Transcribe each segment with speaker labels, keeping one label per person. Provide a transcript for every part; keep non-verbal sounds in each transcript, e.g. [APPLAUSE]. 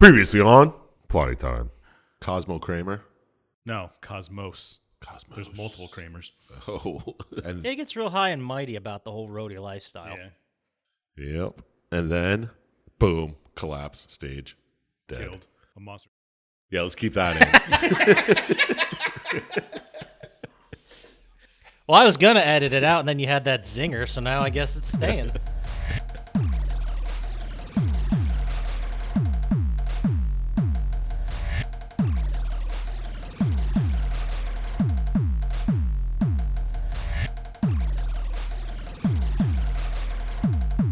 Speaker 1: Previously on Plotty Time.
Speaker 2: Cosmo Kramer.
Speaker 3: No, Cosmos.
Speaker 2: Cosmo.
Speaker 3: There's multiple Kramers.
Speaker 2: Oh. And
Speaker 4: Yeah, he gets real high and mighty about the whole roadie lifestyle.
Speaker 3: Yeah,
Speaker 2: yep. And then, boom, collapse, stage, dead.
Speaker 3: killed a monster.
Speaker 2: Yeah, let's keep that
Speaker 5: [LAUGHS]
Speaker 2: in.
Speaker 4: Well, I was gonna edit it out, and then you had that zinger, so now I guess it's staying.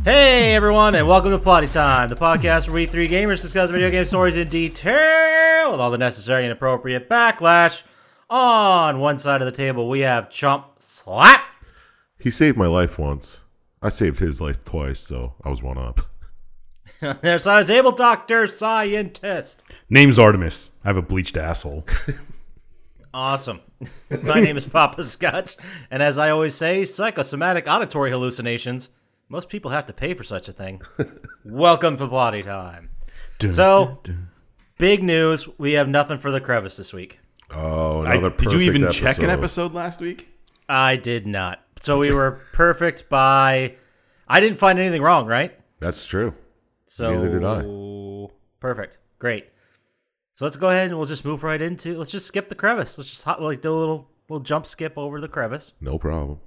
Speaker 4: Hey everyone, and welcome to Plotty Time, the podcast where we three gamers discuss video game stories in detail with all the necessary and appropriate backlash. On one side of the table, we have Chump Slap. [LAUGHS]
Speaker 2: he saved my life once. I saved his life twice, so I was one up.
Speaker 4: On the other side of the table, Doctor Scientist.
Speaker 3: Name's Artemis. I have a bleached
Speaker 5: [LAUGHS]
Speaker 3: asshole.
Speaker 4: Awesome. My name is Papa Scotch, and as I always say, psychosomatic auditory hallucinations. Most people have to pay for such
Speaker 2: [LAUGHS]
Speaker 4: a thing. Welcome to Plotty Time. So, big news. We have nothing for the crevice this week.
Speaker 2: Oh,
Speaker 5: I-
Speaker 2: another
Speaker 5: did you
Speaker 2: perfect
Speaker 5: even check an episode last week?
Speaker 4: I did not. So we
Speaker 2: [LAUGHS]
Speaker 4: were perfect by. I didn't find anything wrong, right?
Speaker 2: That's true.
Speaker 4: So
Speaker 2: Neither did I.
Speaker 4: Perfect. Great. So let's go ahead and we'll just move right into. Let's just skip the crevice. Let's just hot, like do a little little jump skip over the crevice.
Speaker 2: No problem.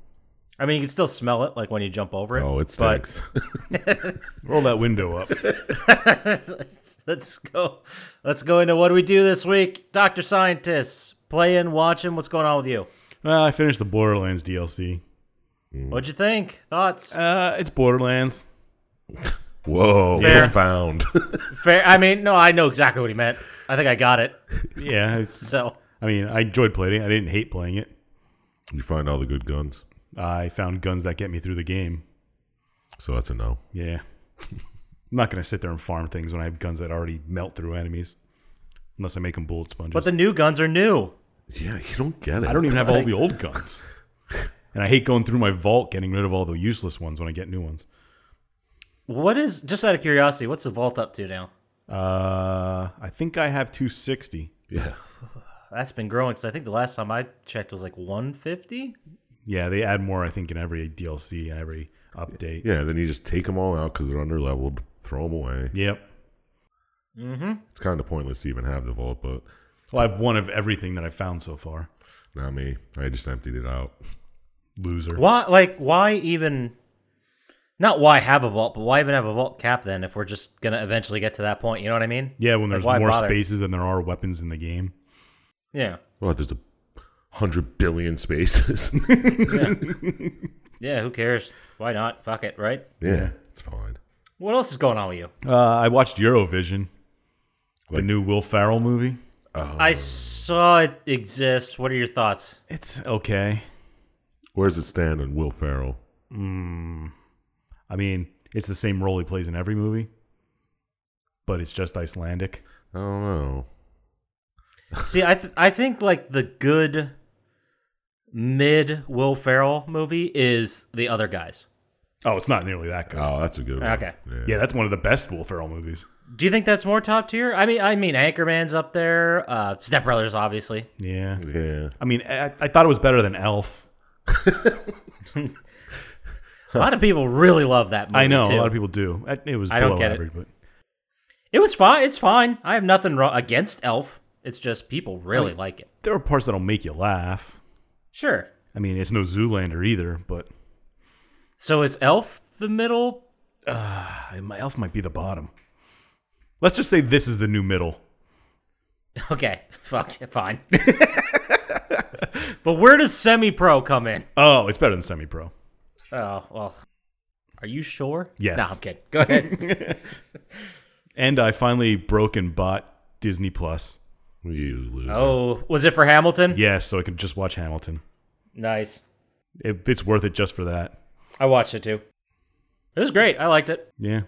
Speaker 4: I mean, you can still smell it like when you jump over it.
Speaker 2: Oh, it
Speaker 4: but-
Speaker 2: stinks. [LAUGHS]
Speaker 5: Roll that window up.
Speaker 4: [LAUGHS] let's go. Let's go into what do we do this week, Doctor Scientists. Playing, watching. What's going on with you?
Speaker 5: [LAUGHS] well, I finished the Borderlands DLC.
Speaker 4: What'd you think? Thoughts?
Speaker 5: Uh, it's Borderlands.
Speaker 2: Whoa,
Speaker 4: Fair.
Speaker 2: profound. [LAUGHS]
Speaker 4: Fair. I mean, no, I know exactly what he meant. I think I got it.
Speaker 5: Yeah, it's,
Speaker 4: So
Speaker 5: I mean, I enjoyed playing it. I didn't hate playing it.
Speaker 2: you find all the good guns,
Speaker 5: I found guns that get me through the game.
Speaker 2: so that's a no.
Speaker 5: Yeah, [LAUGHS] I'm not gonna sit there and farm things when I have guns that already melt through enemies, unless I make them bullet sponges.
Speaker 4: But the new guns are new.
Speaker 2: Yeah, you don't get it.
Speaker 5: I don't even have all the old guns, and I hate going through my vault getting rid of all the useless ones when I get new ones.
Speaker 4: What is just out of curiosity? What's the vault up to now?
Speaker 5: Uh, I think I have 260.
Speaker 2: [LAUGHS] Yeah.
Speaker 4: That's been growing because I think the last time I checked was like 150.
Speaker 5: Yeah, they add more, I think, in every DLC and every update.
Speaker 2: Yeah, then you just take them all out because they're under leveled, throw them away.
Speaker 5: Yep.
Speaker 2: It's kind of pointless to even have the vault, but
Speaker 5: Well, I have one of everything that I've found so far.
Speaker 2: not me. I just emptied it out.
Speaker 5: Loser.
Speaker 4: Why? Like, why even? Not why have a vault, but why even have a vault cap then if we're just gonna eventually get to that point? You know what I mean?
Speaker 5: Yeah, when
Speaker 4: Like,
Speaker 5: there's
Speaker 4: why
Speaker 5: more
Speaker 4: bother?
Speaker 5: spaces than there are weapons in the game.
Speaker 4: Yeah,
Speaker 2: Well, there's a hundred billion spaces. [LAUGHS]
Speaker 4: yeah. Who cares? Why not? Fuck it, right?
Speaker 2: yeah, it's fine.
Speaker 4: What else is going on with you?
Speaker 5: Uh, I watched Eurovision, the
Speaker 2: Like-
Speaker 5: new Will Farrell movie. Oh.
Speaker 4: I saw it exist. What are
Speaker 5: [LAUGHS]
Speaker 4: your thoughts?
Speaker 5: It's okay.
Speaker 2: Where does it stand on Will Ferrell?
Speaker 5: I mean, it's the same role he plays in every movie, but it's just Icelandic.
Speaker 2: I don't know.
Speaker 4: See, I th- I think like the good mid Will Ferrell movie is the other guys.
Speaker 5: Oh, it's not nearly that good.
Speaker 2: Oh, that's a good one.
Speaker 4: Okay.
Speaker 5: yeah, that's one of the best Will Ferrell movies.
Speaker 4: Do you think that's more top tier? I mean, I mean, Anchorman's up there. Uh, Step Brothers, obviously.
Speaker 5: Yeah.
Speaker 2: Yeah. yeah.
Speaker 5: I mean, I, I thought it was better than Elf.
Speaker 4: A lot of people really love that movie.
Speaker 5: I know
Speaker 4: too.
Speaker 5: a lot of people do. It- It was
Speaker 4: I
Speaker 5: below
Speaker 4: don't get it.
Speaker 5: average, but
Speaker 4: It was fine. It's fine. I have nothing wrong against Elf. It's just people really like it.
Speaker 5: there are parts that'll make you laugh.
Speaker 4: Sure.
Speaker 5: I mean, it's no Zoolander either, but
Speaker 4: So is Elf the middle?
Speaker 5: I- my elf might be the bottom. Let's just say this is the new middle.
Speaker 4: Okay. [LAUGHS] Fuck. yeah, Fine. but where does semi pro come in?
Speaker 5: Oh, it's better than semi pro.
Speaker 4: Oh well. Are you sure?
Speaker 5: Yes.
Speaker 4: No, I'm kidding. Go ahead.
Speaker 5: And I finally broke and bought Disney Plus.
Speaker 2: You loser.
Speaker 4: oh, was it for Hamilton?
Speaker 5: Yes, so I could just watch Hamilton.
Speaker 4: Nice.
Speaker 5: It, it's worth it just for that.
Speaker 4: I watched it too. It was great. I liked it.
Speaker 5: Yeah.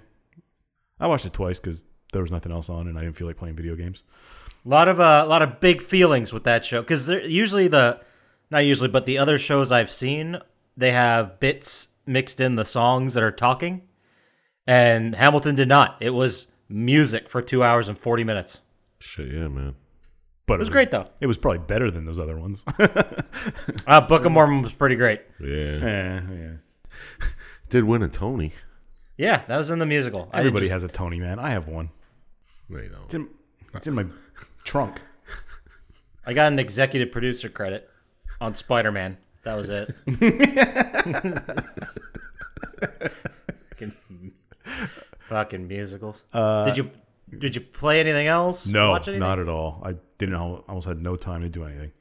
Speaker 5: I watched it twice because there was nothing else on and I didn't feel like playing video games.
Speaker 4: A lot of uh, a lot of big feelings with that show because usually the not usually but the other shows I've seen they have bits mixed in the songs that are talking, and Hamilton did not. It was music for two hours and 40 minutes.
Speaker 2: Shit, yeah, man.
Speaker 5: But
Speaker 4: It was great, though.
Speaker 5: It was probably better than those other ones.
Speaker 4: Uh, Book of Mormon was pretty great.
Speaker 2: Yeah.
Speaker 5: [LAUGHS] yeah, yeah.
Speaker 2: Did win a Tony.
Speaker 4: Yeah, that was in the musical.
Speaker 5: [LAUGHS]
Speaker 4: I
Speaker 5: Everybody
Speaker 4: just-
Speaker 5: has a Tony, man. I have one.
Speaker 2: No, you don't.
Speaker 5: It's in, it's in my trunk.
Speaker 4: I got an executive producer credit on Spider Man. That
Speaker 5: [LAUGHS]
Speaker 4: was it. fucking, fucking musicals. did you did you play anything else?
Speaker 5: [LAUGHS] Uh, No,
Speaker 4: Watch anything?
Speaker 5: not at all. I didn't al- almost had no time to do anything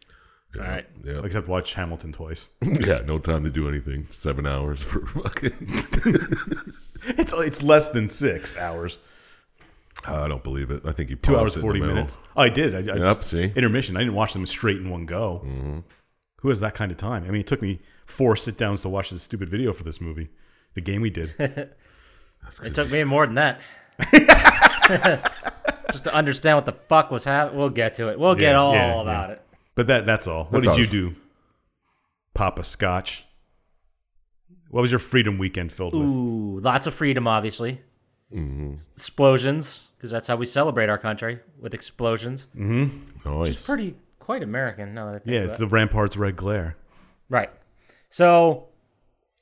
Speaker 2: Yeah,
Speaker 4: All right.
Speaker 2: Yeah.
Speaker 5: except watch Hamilton twice.
Speaker 2: [LAUGHS]
Speaker 5: [LAUGHS]
Speaker 2: yeah, no time to do anything. Seven hours for [LAUGHS] fucking.
Speaker 5: it's it's less than six hours.
Speaker 2: I don't believe it. I think you
Speaker 5: Two
Speaker 2: paused
Speaker 5: hours
Speaker 2: it in the
Speaker 5: forty
Speaker 2: middle.
Speaker 5: minutes. Oh, I did. I, I
Speaker 2: Yep,
Speaker 5: just-
Speaker 2: see?
Speaker 5: intermission. I didn't watch them straight in one go. Who has that kind of time? I mean, it took me four sit downs to watch this stupid video for this movie. The game we did.
Speaker 4: It took me more than
Speaker 5: [LAUGHS]
Speaker 4: that. [LAUGHS] Just to understand what the fuck was happening. We'll get to it. We'll get
Speaker 5: Yeah,
Speaker 4: all
Speaker 5: yeah,
Speaker 4: about
Speaker 5: yeah.
Speaker 4: it.
Speaker 5: But that that's all. What
Speaker 2: That's
Speaker 5: did you
Speaker 2: awesome.
Speaker 5: do? Papa Scotch. What was your freedom weekend filled with? Mm-hmm.
Speaker 4: Ooh, lots of freedom, obviously. Explosions, because that's how we celebrate our country with explosions.
Speaker 2: Nice.
Speaker 4: Pretty quite American. Now that I think
Speaker 5: Mm. Yeah,
Speaker 4: about
Speaker 5: it's
Speaker 4: it.
Speaker 5: the Ramparts Red Glare.
Speaker 4: Right. So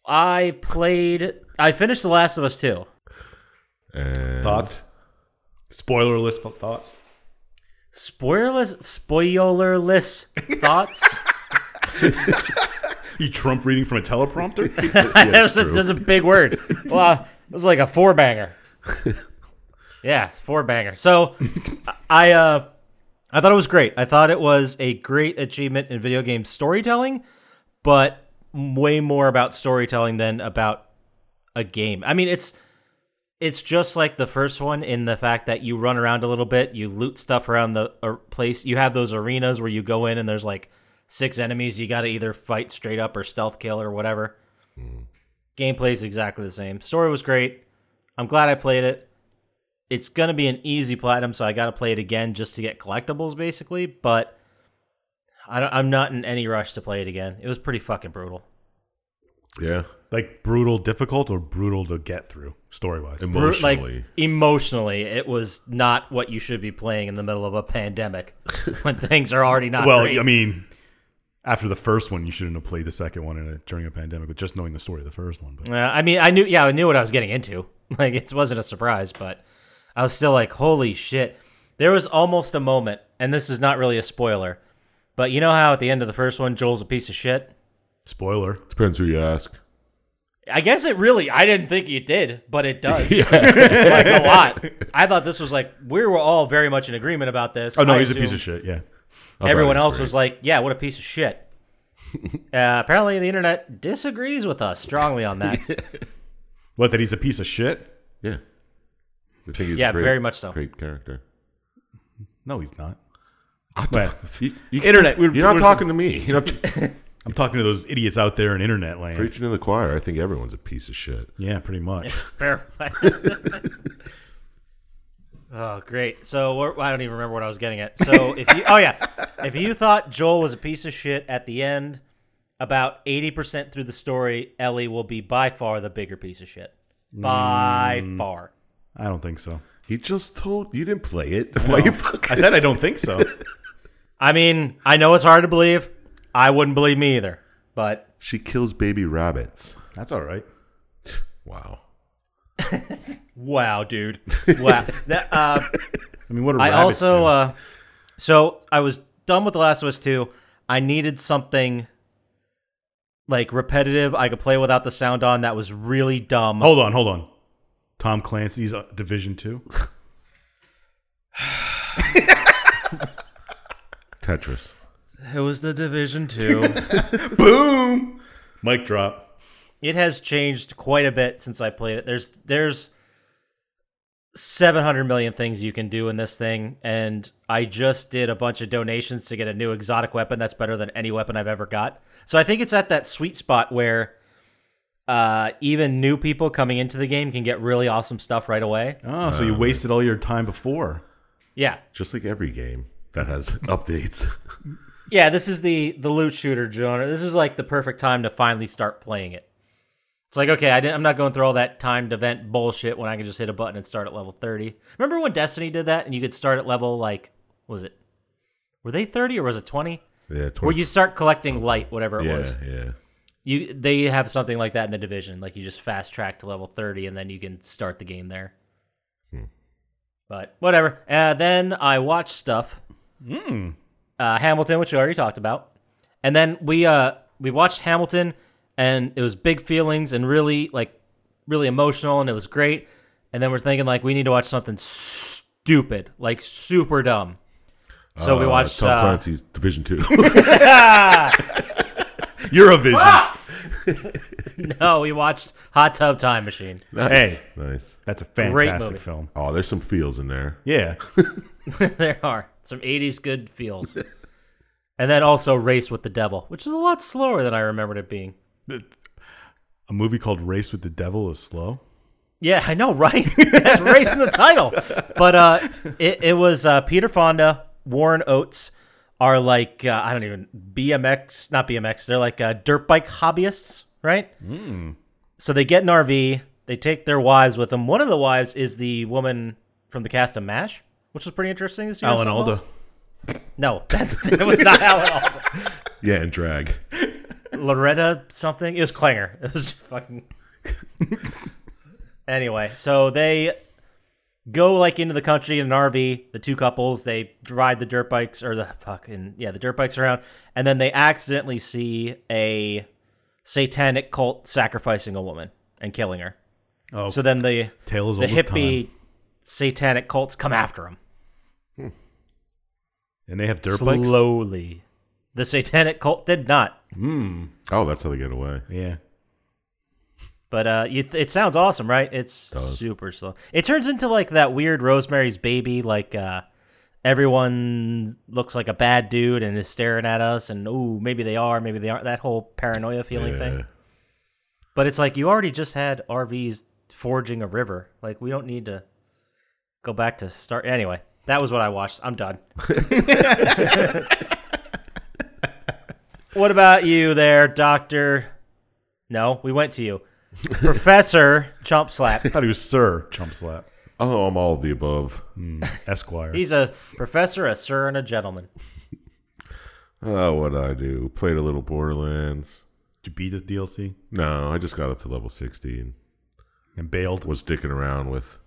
Speaker 4: I played. I finished The Last of Us 2.
Speaker 2: And
Speaker 5: Thoughts? Spoilerless fu- thoughts.
Speaker 4: Spoilerless,
Speaker 5: [LAUGHS]
Speaker 4: spoilerless thoughts.
Speaker 5: You Trump reading from a teleprompter?
Speaker 4: that's, a, that's a big word. Well, it was like a four banger. yeah, four banger. So I, uh, I thought it was great. I thought it was a great achievement in video game storytelling, but way more about storytelling than about a game. I mean, it's it's just like the first one in the fact that you run around a little bit, you loot stuff around the uh, place. You have those arenas where you go in and there's like six enemies you got to either fight straight up or stealth kill or whatever. Gameplay's exactly the same. Story was great. I'm glad I played it. It's going to be an easy platinum, so I got to play it again just to get collectibles basically, but I don't, I'm not in any rush to play it again. It was pretty fucking brutal.
Speaker 2: yeah,
Speaker 5: [LAUGHS] like brutal, difficult, or brutal to get through story wise?
Speaker 4: Bru-
Speaker 2: emotionally.
Speaker 4: Like emotionally, it was not what you should be playing in the middle of
Speaker 5: [LAUGHS]
Speaker 4: a pandemic when things are already not.
Speaker 5: Well,
Speaker 4: great.
Speaker 5: I mean, after the first one, you shouldn't have played the second one in a, during a pandemic. But just knowing the story of the first one, but
Speaker 4: Uh, I mean, I knew, yeah, I knew what I was getting into. [LAUGHS] Like, it wasn't a surprise, but I was still like, holy shit. There was almost a moment, and this is not really a spoiler, but you know how at the end of the first one, Joel's a piece of shit.
Speaker 5: spoiler.
Speaker 2: Depends who you ask.
Speaker 4: I guess it really. I didn't think it did, but it
Speaker 5: [LAUGHS]
Speaker 4: does. [LAUGHS] like a lot. I thought this was like we were all very much in agreement about this.
Speaker 5: Oh no,
Speaker 4: I
Speaker 5: he's a piece
Speaker 4: assume-
Speaker 5: of oh, shit. Yeah,
Speaker 2: I thought
Speaker 4: Everyone
Speaker 2: it
Speaker 4: else
Speaker 2: great.
Speaker 4: was like, "Yeah, what a piece
Speaker 5: [LAUGHS]
Speaker 4: of shit." uh, apparently, the internet disagrees with us strongly on that.
Speaker 5: what that he's a piece of shit?
Speaker 2: yeah. I think he's a
Speaker 4: Yeah,
Speaker 2: great-
Speaker 4: very much so.
Speaker 2: Great character.
Speaker 5: No, he's not. Well,
Speaker 2: You- you-
Speaker 5: [LAUGHS] Internet, we're-
Speaker 2: You're not
Speaker 5: we're-
Speaker 2: talking to [LAUGHS] me. You're not t-
Speaker 5: I'm talking to those idiots out there in internet land.
Speaker 2: preaching to the choir. I think everyone's a piece of shit.
Speaker 5: Yeah, pretty
Speaker 4: [LAUGHS]
Speaker 5: much.
Speaker 4: Fair play. oh, great. So we're, I don't even remember what I was getting at. So if you, oh yeah, if you thought Joel was a piece of shit at the end, about eighty percent through the story, Ellie will be by far the bigger piece of shit. By far.
Speaker 5: I don't think so.
Speaker 2: He just told you didn't play it. [LAUGHS] Why you
Speaker 5: I
Speaker 2: fucking?
Speaker 5: said I don't think
Speaker 4: [LAUGHS]
Speaker 5: so.
Speaker 4: I mean, I know it's hard to believe. I wouldn't believe me either. But
Speaker 2: She kills baby rabbits.
Speaker 5: That's all right.
Speaker 2: Wow.
Speaker 4: wow, dude, wow. That, uh,
Speaker 5: I mean, what are
Speaker 4: I
Speaker 5: rabbits
Speaker 4: also
Speaker 5: do?
Speaker 4: uh, so I was done with The Last of Us two. I needed something like repetitive. I could play without the sound on. That was really dumb.
Speaker 5: hold on, hold on. Tom Clancy's uh, Division Two.
Speaker 4: [LAUGHS]
Speaker 2: Tetris.
Speaker 4: It was the Division [LAUGHS] two.
Speaker 5: Boom. Mic drop.
Speaker 4: it has changed quite a bit since I played it. There's there's 700 million things you can do in this thing and I just did a bunch of donations to get a new exotic weapon that's better than any weapon I've ever got. So I think it's at that sweet spot where uh, even new people coming into the game can get really awesome stuff right away.
Speaker 5: Oh, so you wasted all your time before.
Speaker 4: Yeah.
Speaker 2: Just like every game that has [LAUGHS] updates.
Speaker 4: Yeah, this is the the loot shooter genre. This is like the perfect time to finally start playing it. It's like, okay, I didn't, I'm not going through all that timed event bullshit when I can just hit a button and start at level 30. Remember when Destiny did that and you could start at level, like, what was it? Were they 30 or was it 20?
Speaker 2: Yeah,
Speaker 4: Where
Speaker 2: 20,
Speaker 4: you start collecting light, whatever it
Speaker 2: yeah,
Speaker 4: was.
Speaker 2: yeah.
Speaker 4: You They have something like that in the division. Like, you just fast track to level 30 and then you can start the game there.
Speaker 2: Hmm.
Speaker 4: But whatever. Uh, then I watched stuff.
Speaker 2: Hmm.
Speaker 4: Uh, Hamilton, which we already talked about. And then we uh we watched Hamilton and it was big feelings and really like really emotional and it was great. And then we're thinking like we need to watch something stupid, like super dumb. So we
Speaker 2: Uh,
Speaker 4: watched
Speaker 2: Tom
Speaker 4: uh,
Speaker 2: Clancy's Division Two. [LAUGHS]
Speaker 3: Eurovision.
Speaker 4: [LAUGHS] Ah! no, we watched Hot Tub Time Machine.
Speaker 2: nice, nice.
Speaker 5: That's a
Speaker 4: movie.
Speaker 5: fantastic film.
Speaker 2: Oh, there's some feels in there.
Speaker 5: Yeah.
Speaker 4: there are some 80s
Speaker 5: [LAUGHS]
Speaker 4: good feels. and then also Race with the Devil, which is a lot slower than I remembered it being.
Speaker 5: a movie called Race with the Devil is slow.
Speaker 4: Yeah, I
Speaker 5: [LAUGHS]
Speaker 4: know, right? That's race in the title. But uh, it, it was uh, Peter Fonda, Warren Oates are like, uh, I don't even, BMX, not BMX, they're like uh, dirt bike hobbyists, right? Mm.
Speaker 5: Hmm.
Speaker 4: So they get an RV, they take their wives with them. One of the wives is the woman from the cast of MASH, which was pretty interesting this year.
Speaker 5: Alan
Speaker 4: Something
Speaker 5: Alda.
Speaker 4: else? No, that's, [LAUGHS] that was not Alan Alda.
Speaker 2: Yeah, and drag.
Speaker 4: Loretta something. It was Clanger. [LAUGHS] It was fucking. anyway, so they go like into the country in an RV. The two couples they ride the dirt bikes or the fucking yeah the dirt bikes around, and then they accidentally see a satanic cult sacrificing a woman and killing her.
Speaker 5: Oh.
Speaker 4: So then the
Speaker 5: Tale as
Speaker 4: the
Speaker 5: old as
Speaker 4: hippie
Speaker 5: time.
Speaker 4: satanic cults come after him
Speaker 5: And they have dirt bikes.
Speaker 4: slowly. The satanic cult did not.
Speaker 2: Oh, that's how they get away.
Speaker 5: Yeah.
Speaker 4: But uh, you th- it sounds awesome, right? It's super slow. It turns into like that weird Rosemary's Baby, like uh, everyone looks like a bad dude and is staring at us, and ooh, maybe they are, maybe they aren't. That whole paranoia feeling
Speaker 2: Yeah.
Speaker 4: thing. But it's like you already just had RVs forging a river. Like we don't need to go back to start. Anyway, that was what I watched.
Speaker 2: [LAUGHS]
Speaker 4: I'm done. what about you, there, Doctor? No, we went to you,
Speaker 2: [LAUGHS]
Speaker 4: Professor Chump Slap.
Speaker 5: I thought he was Sir Chump Slap.
Speaker 2: Oh, I'm all of the above.
Speaker 5: Esquire.
Speaker 4: He's a professor, a sir, and a gentleman.
Speaker 2: Oh, what I do? Played a little Borderlands.
Speaker 5: to beat the DLC
Speaker 2: No, I just got up to level 60 and
Speaker 5: and bailed.
Speaker 2: was dicking around with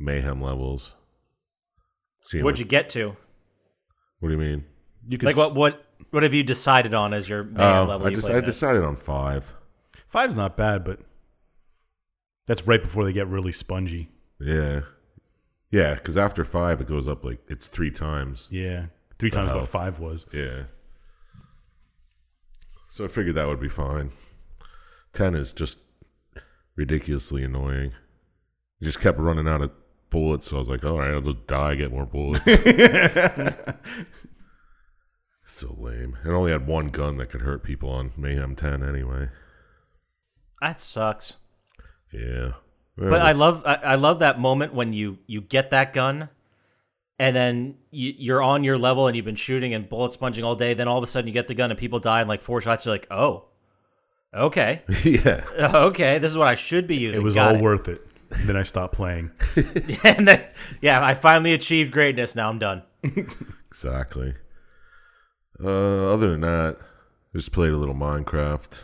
Speaker 2: mayhem levels. Seeing
Speaker 4: What'd you get to?
Speaker 2: what do you mean?
Speaker 5: You could
Speaker 4: Like what?
Speaker 5: s-
Speaker 4: What? What have you decided on as your main
Speaker 2: Oh,
Speaker 4: level?
Speaker 2: I,
Speaker 4: you
Speaker 2: just,
Speaker 4: played
Speaker 2: I
Speaker 4: at?
Speaker 2: decided on five.
Speaker 5: Five's not bad, but that's right before they get really spongy.
Speaker 2: Yeah. Yeah, because after five, it goes up like it's three times.
Speaker 5: Yeah. Three times what
Speaker 2: health.
Speaker 5: five was.
Speaker 2: Yeah. So I figured that would be fine. 10 is just ridiculously annoying. I just kept running out of bullets, so I was like, all right, I'll just die, get more
Speaker 4: [LAUGHS]
Speaker 2: bullets. so lame. And only had one gun that could hurt people on Mayhem 10 anyway.
Speaker 4: that sucks.
Speaker 2: Yeah.
Speaker 4: But I love I, I love that moment when you you get that gun, and then you, you're on your level and you've been shooting and bullet sponging all day. Then all of a sudden you get the gun and people die in like four shots. You're like, oh, okay,
Speaker 2: [LAUGHS]
Speaker 4: [LAUGHS]
Speaker 2: yeah.
Speaker 4: okay, this is what I should be using.
Speaker 5: It was
Speaker 4: Got
Speaker 5: all worth it. And then I stopped playing.
Speaker 4: [LAUGHS] and then yeah, I finally achieved greatness. Now I'm done.
Speaker 2: Exactly. Uh, other than that, just played a little Minecraft.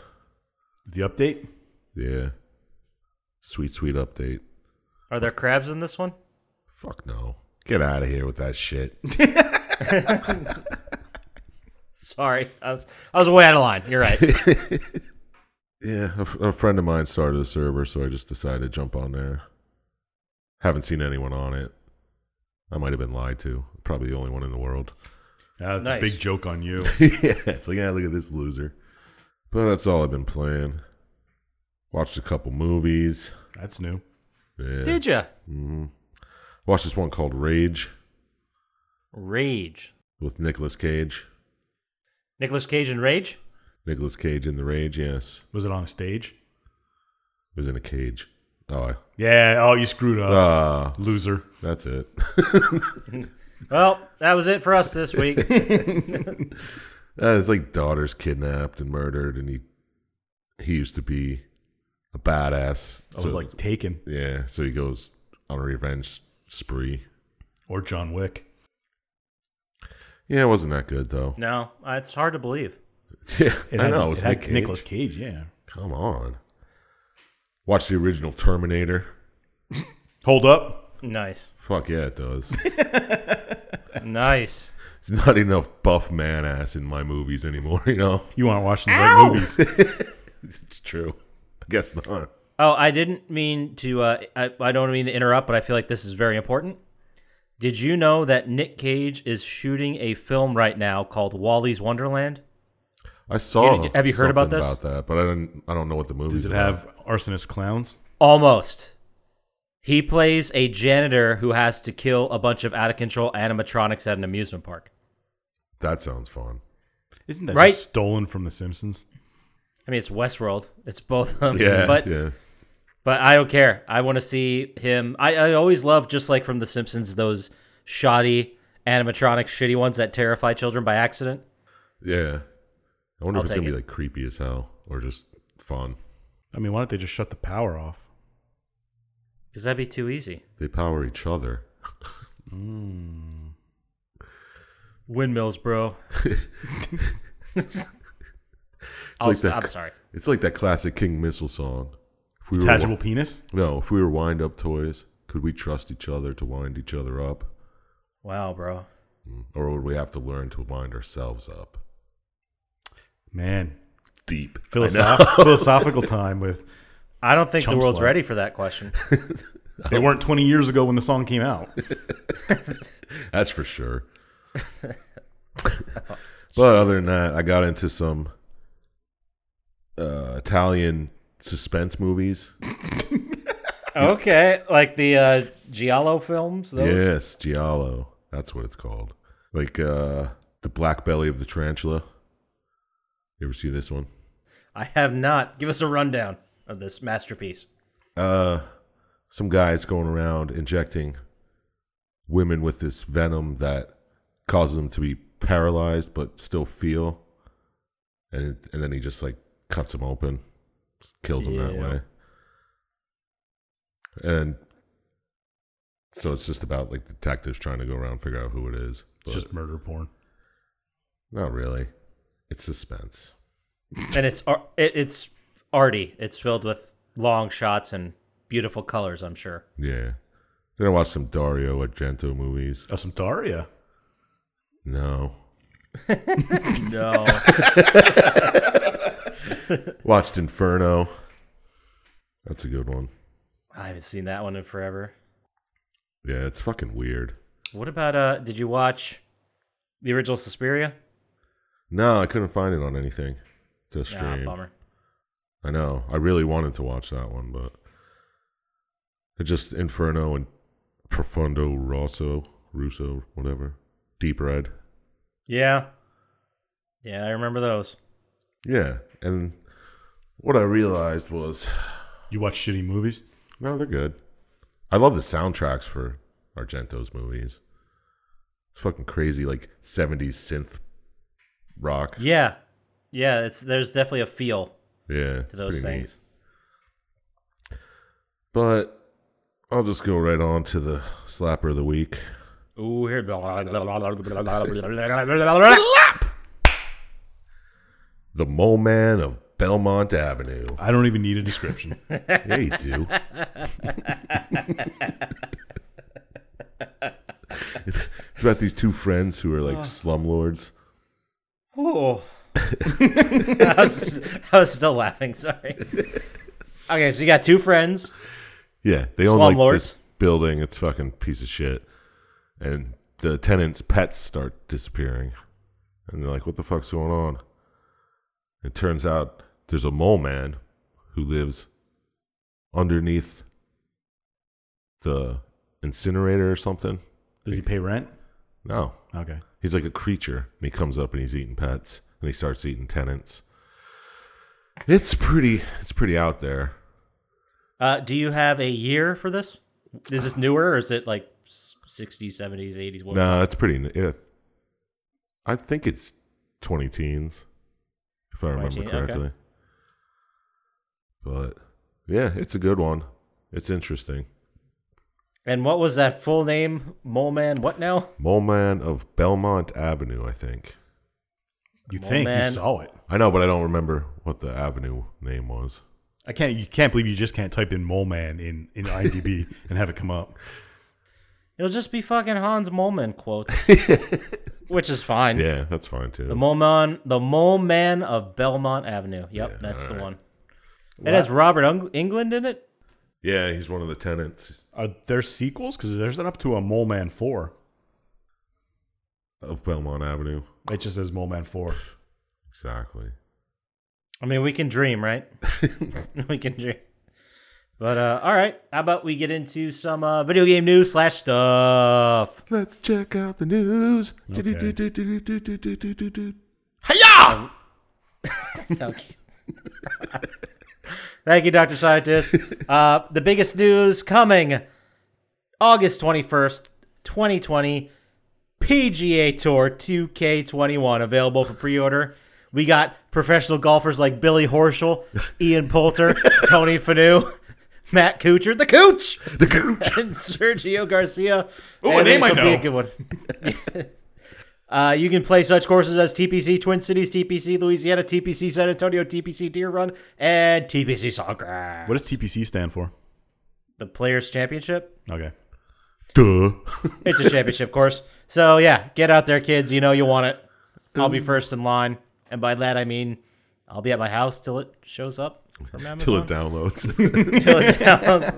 Speaker 5: The update?
Speaker 2: Yeah. Sweet, sweet update.
Speaker 4: Are there crabs in this one? [LAUGHS]
Speaker 2: Fuck no. Get out of here with that shit.
Speaker 4: Sorry, I was I was way out of line.
Speaker 5: [LAUGHS]
Speaker 4: You're right.
Speaker 2: yeah, a, f- a friend of mine started a server, so I just decided to jump on there. Haven't seen anyone on it. I might have been lied to. Probably the only one in the world. [LAUGHS]
Speaker 5: Uh, that's
Speaker 4: Nice.
Speaker 5: a big joke on you.
Speaker 2: yeah, it's like, yeah, look at this loser. But that's all I've been playing. Watched a couple movies.
Speaker 5: That's new.
Speaker 2: Yeah.
Speaker 4: Did you
Speaker 2: Watched this one called Rage
Speaker 4: rage?
Speaker 2: with Nicolas Cage.
Speaker 4: Nicholas Cage and Rage.
Speaker 2: Nicolas Cage in the Rage, yes.
Speaker 5: Was it on a stage?
Speaker 2: He was in a cage. Oh,
Speaker 5: Yeah. Oh, you screwed
Speaker 2: I,
Speaker 5: up.
Speaker 2: uh,
Speaker 5: Loser.
Speaker 2: that's it. [LAUGHS]
Speaker 4: Well, that was it for us
Speaker 5: [LAUGHS]
Speaker 4: this week.
Speaker 2: Uh, his like daughter's kidnapped and murdered, and he he used to be a badass.
Speaker 5: I was
Speaker 2: so,
Speaker 5: like taken
Speaker 2: yeah, so he goes on a revenge spree.
Speaker 5: or John Wick.
Speaker 2: Yeah, it wasn't that good
Speaker 4: [LAUGHS]
Speaker 2: though.
Speaker 4: No, uh, it's hard to believe.
Speaker 2: Yeah,
Speaker 5: It
Speaker 2: I
Speaker 5: had,
Speaker 2: know. It
Speaker 5: It
Speaker 2: was
Speaker 5: had
Speaker 2: Nick Cage.
Speaker 5: Nicolas Cage. Yeah.
Speaker 2: Come on, watch the original Terminator.
Speaker 5: Hold up.
Speaker 4: Nice,
Speaker 2: Fuck yeah, it does.
Speaker 4: nice.
Speaker 2: It's not enough buff man ass in my movies anymore. [LAUGHS] You know,
Speaker 5: You aren't watching the right movies.
Speaker 2: it's true. I guess not.
Speaker 4: Oh, I didn't mean to. Uh, I, I don't mean to interrupt, but I feel like this is very important. Did you know that Nick Cage is shooting a film right now called Wally's Wonderland?
Speaker 2: I saw.
Speaker 4: Did you- have you heard about
Speaker 2: something
Speaker 4: this?
Speaker 2: About that, but I don't. I don't know what the movie.
Speaker 5: Does it have arsonist clowns?
Speaker 4: Almost. He plays a janitor who has to kill a bunch of out of control animatronics at an amusement park.
Speaker 2: That sounds fun.
Speaker 5: Isn't that
Speaker 4: Right.
Speaker 5: just stolen from The Simpsons?
Speaker 4: I mean, it's Westworld. It's both of them.
Speaker 2: Yeah,
Speaker 4: [LAUGHS] but
Speaker 2: yeah.
Speaker 4: But I don't care. I want to see him. I, I always love, just like from The Simpsons, those shoddy animatronic, shitty ones that terrify children by accident.
Speaker 2: Yeah. I wonder
Speaker 4: I'll
Speaker 2: if it's
Speaker 4: take
Speaker 2: gonna
Speaker 4: it.
Speaker 2: be like creepy as hell or just fun.
Speaker 5: I mean, why don't they just shut the power off?
Speaker 4: Because that'd be too easy.
Speaker 2: They power each other.
Speaker 4: Windmills, [LAUGHS] bro. I'll,
Speaker 2: like that-
Speaker 4: I'm sorry.
Speaker 2: It's like that classic King Missile song. If we
Speaker 5: Detachable
Speaker 2: were
Speaker 5: penis?
Speaker 2: no, if we were wind up toys, could we trust each other to wind each other up,
Speaker 4: Wow, bro.
Speaker 2: or would we have to learn to wind ourselves up?
Speaker 5: Man,
Speaker 2: Deep.
Speaker 5: [LAUGHS] philosoph- philosophical time [LAUGHS] with.
Speaker 4: I don't think
Speaker 5: Chump
Speaker 4: the world's
Speaker 5: slap.
Speaker 4: ready for that [LAUGHS] question.
Speaker 5: They weren't 20 years ago when the song came out.
Speaker 2: That's for
Speaker 4: [LAUGHS]
Speaker 2: sure. but other than that, I got into some uh, Italian suspense movies.
Speaker 4: okay, like the uh, Giallo films. Those?
Speaker 2: Yes, Giallo. That's what it's called. Like uh the black belly of the tarantula. You ever see this one?
Speaker 4: I have not. Give us a rundown of this masterpiece.
Speaker 2: Uh some guy's going around injecting women with this venom that causes them to be paralyzed but still feel. And and then he just like cuts them open. Just kills them that
Speaker 4: Yeah.
Speaker 2: way. And so it's just about like detectives trying to go around and figure out who it is.
Speaker 5: It's
Speaker 2: but-
Speaker 5: just murder porn.
Speaker 2: Not really. It's suspense.
Speaker 4: and it's ar- it, it's arty. It's filled with long shots and beautiful colors. I'm sure.
Speaker 2: Yeah. Then I watched some Dario Argento movies.
Speaker 5: Oh, some Daria.
Speaker 2: No.
Speaker 4: No,
Speaker 2: Watched Inferno. That's a good one.
Speaker 4: [LAUGHS] I haven't seen that one in forever.
Speaker 2: Yeah, it's fucking weird.
Speaker 4: What about uh? Did you watch the original Suspiria?
Speaker 2: No, I couldn't find it on anything. It's a
Speaker 4: Nah,
Speaker 2: stream.
Speaker 4: bummer.
Speaker 2: I know. I really wanted to watch that one, but it just Inferno and Profondo Rosso, Russo, whatever. Deep Red.
Speaker 4: Yeah, yeah, I remember those.
Speaker 2: Yeah. And what I realized was
Speaker 5: You watch shitty movies?
Speaker 2: No, they're good. I love the soundtracks for Argento's movies. It's fucking crazy, like '70s synth rock.
Speaker 4: Yeah, yeah. It's there's definitely a feel
Speaker 2: Yeah,
Speaker 4: to those things.
Speaker 2: But I'll just go right on to the slapper of the week.
Speaker 4: Ooh, here.
Speaker 2: The Mole Man of Belmont Avenue.
Speaker 5: I don't even need a [LAUGHS] description.
Speaker 2: Yeah, you
Speaker 4: [LAUGHS]
Speaker 2: do. [LAUGHS] it's about these two friends who are like slumlords.
Speaker 4: Ooh. [LAUGHS] I, was, I was still laughing. Sorry. Okay, so you got two friends.
Speaker 2: Yeah, they own like
Speaker 4: Slumlords.
Speaker 2: this building. It's fucking piece of shit, and the tenants' pets start disappearing, and they're like, "What the fuck's going on?" It turns out there's a mole man who lives underneath the incinerator or something.
Speaker 5: Does he pay rent?
Speaker 2: No,
Speaker 5: Okay.
Speaker 2: he's like a creature, and he comes up and he's eating pets, and he starts eating tenants. It's pretty. It's pretty out there.
Speaker 4: Uh, do you have a year for this? Is this newer or is it like s- 60s, 70s, 80s? What
Speaker 2: No, it's pretty. n- Yeah, I think it's twenty teens, if I remember
Speaker 4: 20, okay.
Speaker 2: correctly. But Yeah, it's a good one. It's interesting.
Speaker 4: And what was that full name, Mole Man? What now?
Speaker 2: Mole Man of Belmont Avenue, I think.
Speaker 5: You think you
Speaker 4: man.
Speaker 5: saw it?
Speaker 2: I know, but I don't remember what the avenue name was.
Speaker 5: I can't. You can't believe you just can't type in mole man in in IMDb [LAUGHS] and have it come up.
Speaker 4: It'll just be fucking Hans Moleman quotes, which is fine.
Speaker 2: Yeah, that's fine too.
Speaker 4: Hmm? The Mole Man, the Mole Man of Belmont Avenue. Yep, that's the one. It has Robert Ung- England in it.
Speaker 2: yeah, he's one of the tenants
Speaker 5: Are there sequels? Because there's an up to a mole man four.
Speaker 2: of Belmont Avenue.
Speaker 5: It just says mole man four.
Speaker 2: Exactly.
Speaker 4: I mean, we can dream, right? [LAUGHS] we can dream. But uh, all right, how about we get into some uh, video game news slash stuff?
Speaker 2: Let's check out the news.
Speaker 4: Okay. [LAUGHS] Thank you, Dr. Scientist. Uh, the biggest news coming August 21st, 2020, PGA Tour 2K21 available for pre order. We got professional golfers like
Speaker 5: [LAUGHS]
Speaker 4: Billy Horschel, Ian Poulter, Tony Fanu, [LAUGHS] Matt Kuchar, the Cooch,
Speaker 2: The coach.
Speaker 4: [LAUGHS] and Sergio Garcia.
Speaker 5: a
Speaker 4: And
Speaker 5: name
Speaker 4: this
Speaker 5: I
Speaker 4: will be
Speaker 5: know.
Speaker 4: a good one. [LAUGHS] Uh, you can play such courses as TPC Twin Cities, TPC Louisiana, TPC San Antonio, TPC Deer Run, and TPC Soccer.
Speaker 5: What does TPC stand for?
Speaker 4: The Players Championship.
Speaker 5: Okay. [LAUGHS]
Speaker 2: Duh.
Speaker 4: It's a championship course. So yeah, get out there, kids. You know you want it. I'll
Speaker 2: Mm.
Speaker 4: be first in line, and by that I mean I'll be at my house till it shows up
Speaker 2: [LAUGHS]
Speaker 4: from
Speaker 2: Till it
Speaker 4: Amazon.
Speaker 2: downloads.
Speaker 4: Till it [LAUGHS] does.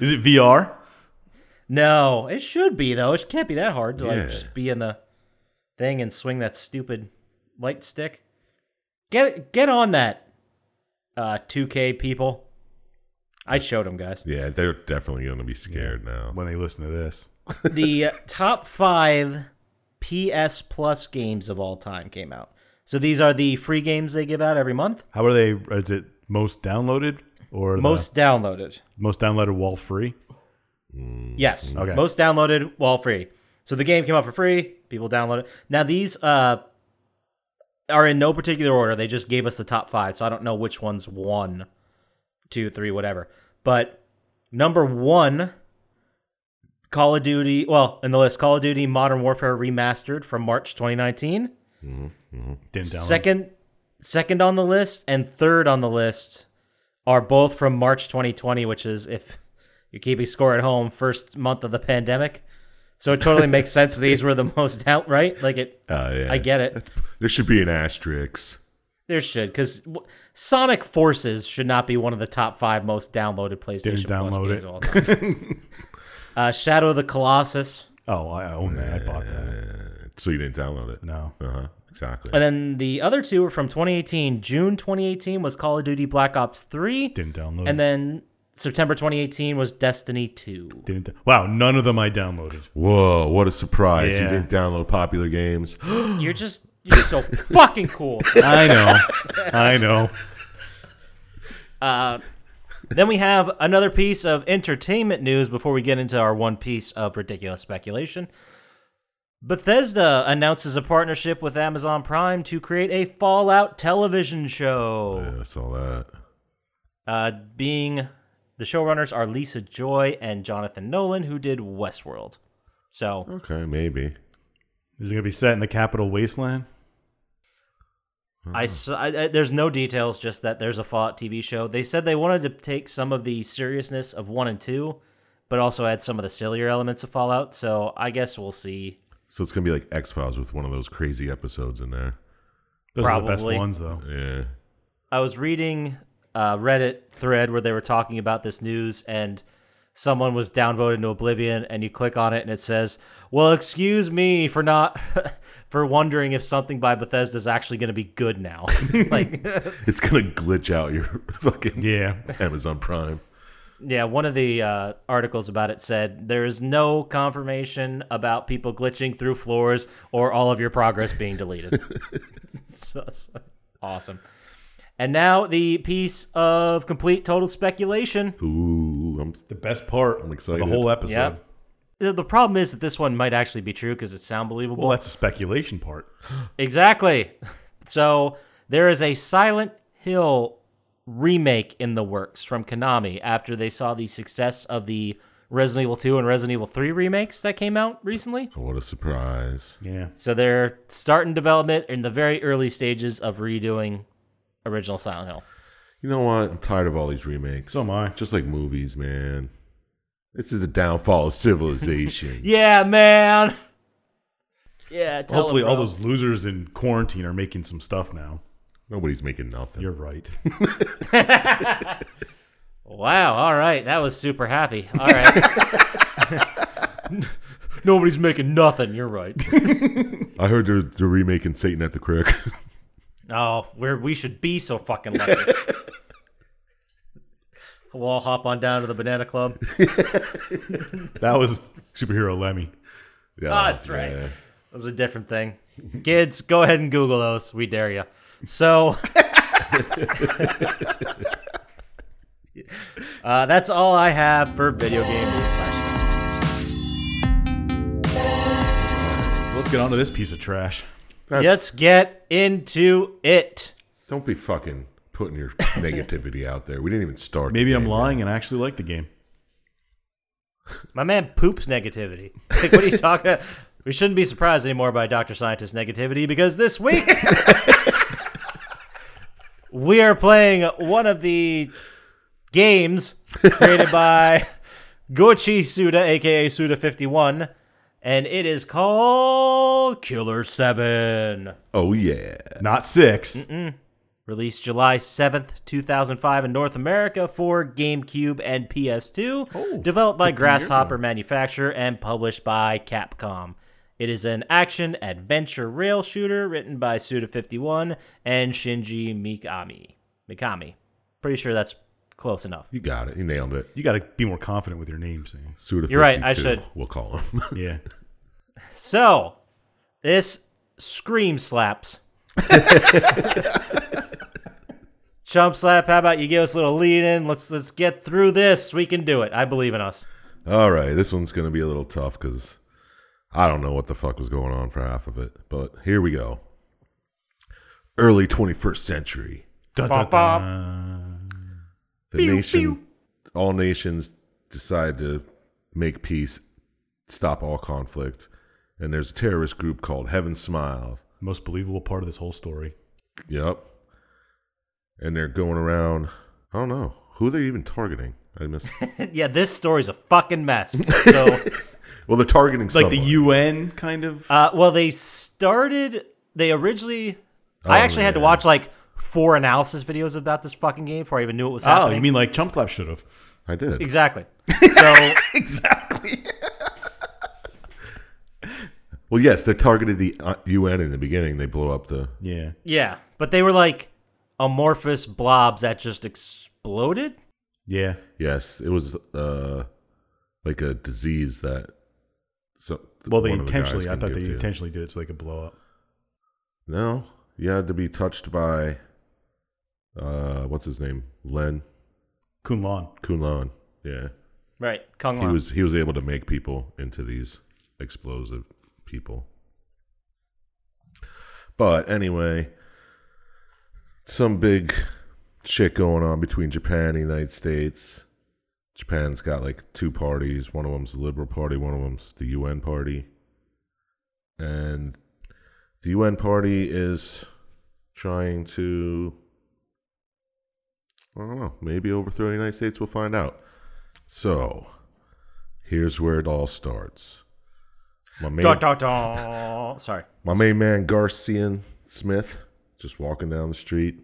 Speaker 5: Is it VR?
Speaker 4: no, it should be though. It can't be that hard to
Speaker 2: Yeah.
Speaker 4: like just be in the thing and swing that stupid light stick. Get get on that, uh, 2K people. I showed them guys.
Speaker 2: yeah, they're definitely going to be scared now.
Speaker 5: When they listen to this,
Speaker 4: the top five PS Plus games of all time came out. So these are the free games they give out every month.
Speaker 5: how are they? Is it most downloaded or the
Speaker 4: Most downloaded.
Speaker 5: most downloaded wall free?
Speaker 4: Yes.
Speaker 5: Okay.
Speaker 4: Most downloaded while free. So the game came out for free. People downloaded. it. Now these uh, are in no particular order. They just gave us the top five. So I don't know which ones one, two, three, whatever. But number one, Call of Duty. Well, in the list, Call of Duty Modern Warfare Remastered from March 2019.
Speaker 5: Didn't download.
Speaker 4: Second, second on the list, and third on the list are both from March 2020, which is if you're keeping score at home, first month of the pandemic. So it
Speaker 5: [LAUGHS]
Speaker 4: totally makes sense. These were the most out, right? Like it,
Speaker 2: Uh, yeah.
Speaker 4: I get it.
Speaker 2: There should be an asterisk.
Speaker 4: There should because w- Sonic Forces should not be one of the top five most downloaded PlayStation
Speaker 5: Didn't
Speaker 4: Plus
Speaker 5: download
Speaker 4: games
Speaker 5: it.
Speaker 4: of all time.
Speaker 5: [LAUGHS]
Speaker 4: uh, Shadow of the Colossus,
Speaker 5: Oh, I own that. I bought that.
Speaker 2: uh, So you didn't download it.
Speaker 5: No.
Speaker 2: Uh huh. Exactly.
Speaker 4: and then the other two were from 2018. June 2018 was Call of Duty Black Ops 3.
Speaker 5: Didn't download.
Speaker 4: And then September 2018 was Destiny 2.
Speaker 5: Didn't. Wow. None of them I downloaded.
Speaker 2: Whoa, what a surprise. You
Speaker 5: Yeah.
Speaker 2: didn't download popular
Speaker 5: [GASPS]
Speaker 2: games.
Speaker 4: You're just you're so [LAUGHS] fucking cool.
Speaker 5: I
Speaker 4: [LAUGHS]
Speaker 5: know. I know.
Speaker 4: Uh, then we have another piece of entertainment news before we get into our one piece of ridiculous speculation. Bethesda announces a partnership with Amazon Prime to create a Fallout television show.
Speaker 2: Yeah, I saw that.
Speaker 4: Uh, being the showrunners are Lisa Joy and Jonathan Nolan, who did Westworld. So
Speaker 2: Okay, maybe.
Speaker 5: Is it gonna be set in the capital wasteland?
Speaker 4: I, s- I- I- there's no details, just that there's a Fallout TV show. They said they wanted to take some of the seriousness of one and two, but also add some of the sillier elements of Fallout. So I guess we'll see.
Speaker 2: So it's going to be like X Files with one of those crazy episodes in there.
Speaker 5: Those are the best
Speaker 4: Probably.
Speaker 5: ones, though.
Speaker 2: Yeah.
Speaker 4: I was reading a Reddit thread where they were talking about this news, and someone was downvoted into oblivion, and you click on it, and it says, "Well, excuse me for not." [LAUGHS] For wondering if something by Bethesda is actually going to be good now, [LAUGHS] like
Speaker 2: It's going to glitch out your [LAUGHS] fucking
Speaker 5: Yeah.
Speaker 2: Amazon Prime.
Speaker 4: Yeah, one of the uh, articles about it said there is no confirmation about people glitching through floors or all of your progress being deleted. So- so- awesome. And now the piece of complete total speculation.
Speaker 2: Ooh, I'm
Speaker 5: The best part. I'm
Speaker 2: excited.
Speaker 5: The whole episode.
Speaker 4: Yeah. The the problem is that this one might actually be true because it sound believable.
Speaker 5: Well, that's the speculation part.
Speaker 4: [LAUGHS] Exactly. So there is a Silent Hill remake in the works from Konami after they saw the success of the Resident Evil 2 and Resident Evil 3 remakes that came out recently.
Speaker 2: What a surprise.
Speaker 5: Yeah.
Speaker 4: So they're starting development in the very early stages of redoing original Silent Hill.
Speaker 2: You know what? I'm tired of all these remakes.
Speaker 5: So am I.
Speaker 2: Just like movies, man. This is the
Speaker 5: [LAUGHS]
Speaker 2: downfall of civilization.
Speaker 4: Yeah, man. [LAUGHS] Yeah, tell 'em,
Speaker 5: Hopefully, all
Speaker 4: bro.
Speaker 5: those losers in quarantine are making some stuff now.
Speaker 2: Nobody's making nothing.
Speaker 5: You're right. [LAUGHS]
Speaker 4: Wow, all right. That was super happy. All
Speaker 5: [LAUGHS]
Speaker 4: right. [LAUGHS] Nobody's making nothing. You're right.
Speaker 2: I heard they're, they're remaking Satan at the Crick. [LAUGHS]
Speaker 4: Oh, we're, we should be so fucking lucky. we'll all hop on down to the Banana Club.
Speaker 5: that was superhero Lemmy.
Speaker 2: yeah,
Speaker 4: that's right. That was a different thing. Kids, go ahead and Google those. We dare you. So, [LAUGHS] uh, that's all I have for video game news. slash-
Speaker 5: So let's get on to this piece of trash.
Speaker 2: That's-
Speaker 4: Let's get into it.
Speaker 2: Don't be fucking putting your negativity out there. We didn't even start.
Speaker 5: Maybe
Speaker 2: the
Speaker 5: I'm
Speaker 2: game.
Speaker 5: lying and I actually like the game.
Speaker 4: My man poops negativity. [LAUGHS] Like, what are you talking about? We shouldn't be surprised anymore by Dr. Scientist negativity because this week [LAUGHS] we are playing one of the games created by Goichi Suda, aka Suda51, and it is called Killer 7.
Speaker 2: Oh, yeah.
Speaker 5: Not 6
Speaker 4: Released July 7th, 2005 in North America for GameCube and PS2. developed by Grasshopper Manufacturer and published by Capcom. It is an action adventure rail shooter written by Suda51 and Shinji Mikami. Mikami. Pretty sure that's close enough.
Speaker 2: You got it. You nailed it.
Speaker 5: You got to be more confident with your names. Sam. [LAUGHS]
Speaker 2: Suda
Speaker 4: You're right, I
Speaker 2: 52,
Speaker 4: should.
Speaker 2: We'll call him. [LAUGHS]
Speaker 5: Yeah.
Speaker 4: So, this scream slaps. Chump slap, how about you give us a little lead in? Let's let's get through this. We can do it. I believe in us.
Speaker 2: All right. This one's going to be a little tough because I don't know what the fuck was going on for half of it. But here we go. Early 21st century.
Speaker 5: Dun, dun, dun.
Speaker 2: The nation, all nations decide to make peace, stop all conflict, and there's a terrorist group called Heaven Smiles.
Speaker 5: Most believable part of this whole story.
Speaker 2: Yep. And they're going around. I don't know who they're even targeting. I
Speaker 5: [LAUGHS]
Speaker 2: miss.
Speaker 4: yeah, this story's a fucking mess.
Speaker 2: [LAUGHS]
Speaker 4: So,
Speaker 2: well, they're targeting
Speaker 5: Like the
Speaker 2: someone.
Speaker 5: UN kind of.
Speaker 4: uh, well, they started. They originally. I
Speaker 2: Oh,
Speaker 4: actually had to
Speaker 2: yeah.
Speaker 4: watch like four analysis videos about this fucking game before I even knew it was
Speaker 5: oh,
Speaker 4: happening.
Speaker 5: you mean like Chump Clap should have?
Speaker 2: I did. [LAUGHS]
Speaker 4: exactly? So
Speaker 2: Well, yes, they targeted the uh, UN in the beginning. They blow up the.
Speaker 5: Yeah.
Speaker 4: yeah, but they were like amorphous blobs that just exploded.
Speaker 5: Yeah.
Speaker 2: Yes, it was uh, like a disease that. So
Speaker 5: Well, they
Speaker 2: one of the guys
Speaker 5: intentionally. I
Speaker 2: can
Speaker 5: thought
Speaker 2: give
Speaker 5: they
Speaker 2: to you.
Speaker 5: intentionally did it so they could blow up.
Speaker 2: No, you had to be touched by, uh, what's his name, Len
Speaker 5: Kun Lan.
Speaker 2: Kunlan. Yeah,
Speaker 4: Right, Kung
Speaker 2: he
Speaker 4: Lao.
Speaker 2: was he was able to make people into these explosive people. But anyway, some big shit going on between Japan and the United States. Japan's got like two parties. One of them's the Liberal Party. One of them's the UN Party. And the UN Party is trying to. I don't know. Maybe overthrow the United States. We'll find out. So, here's where it all starts. My main,
Speaker 4: Dun, dun, dun. Sorry.
Speaker 2: my main man Garcian Smith just walking down the street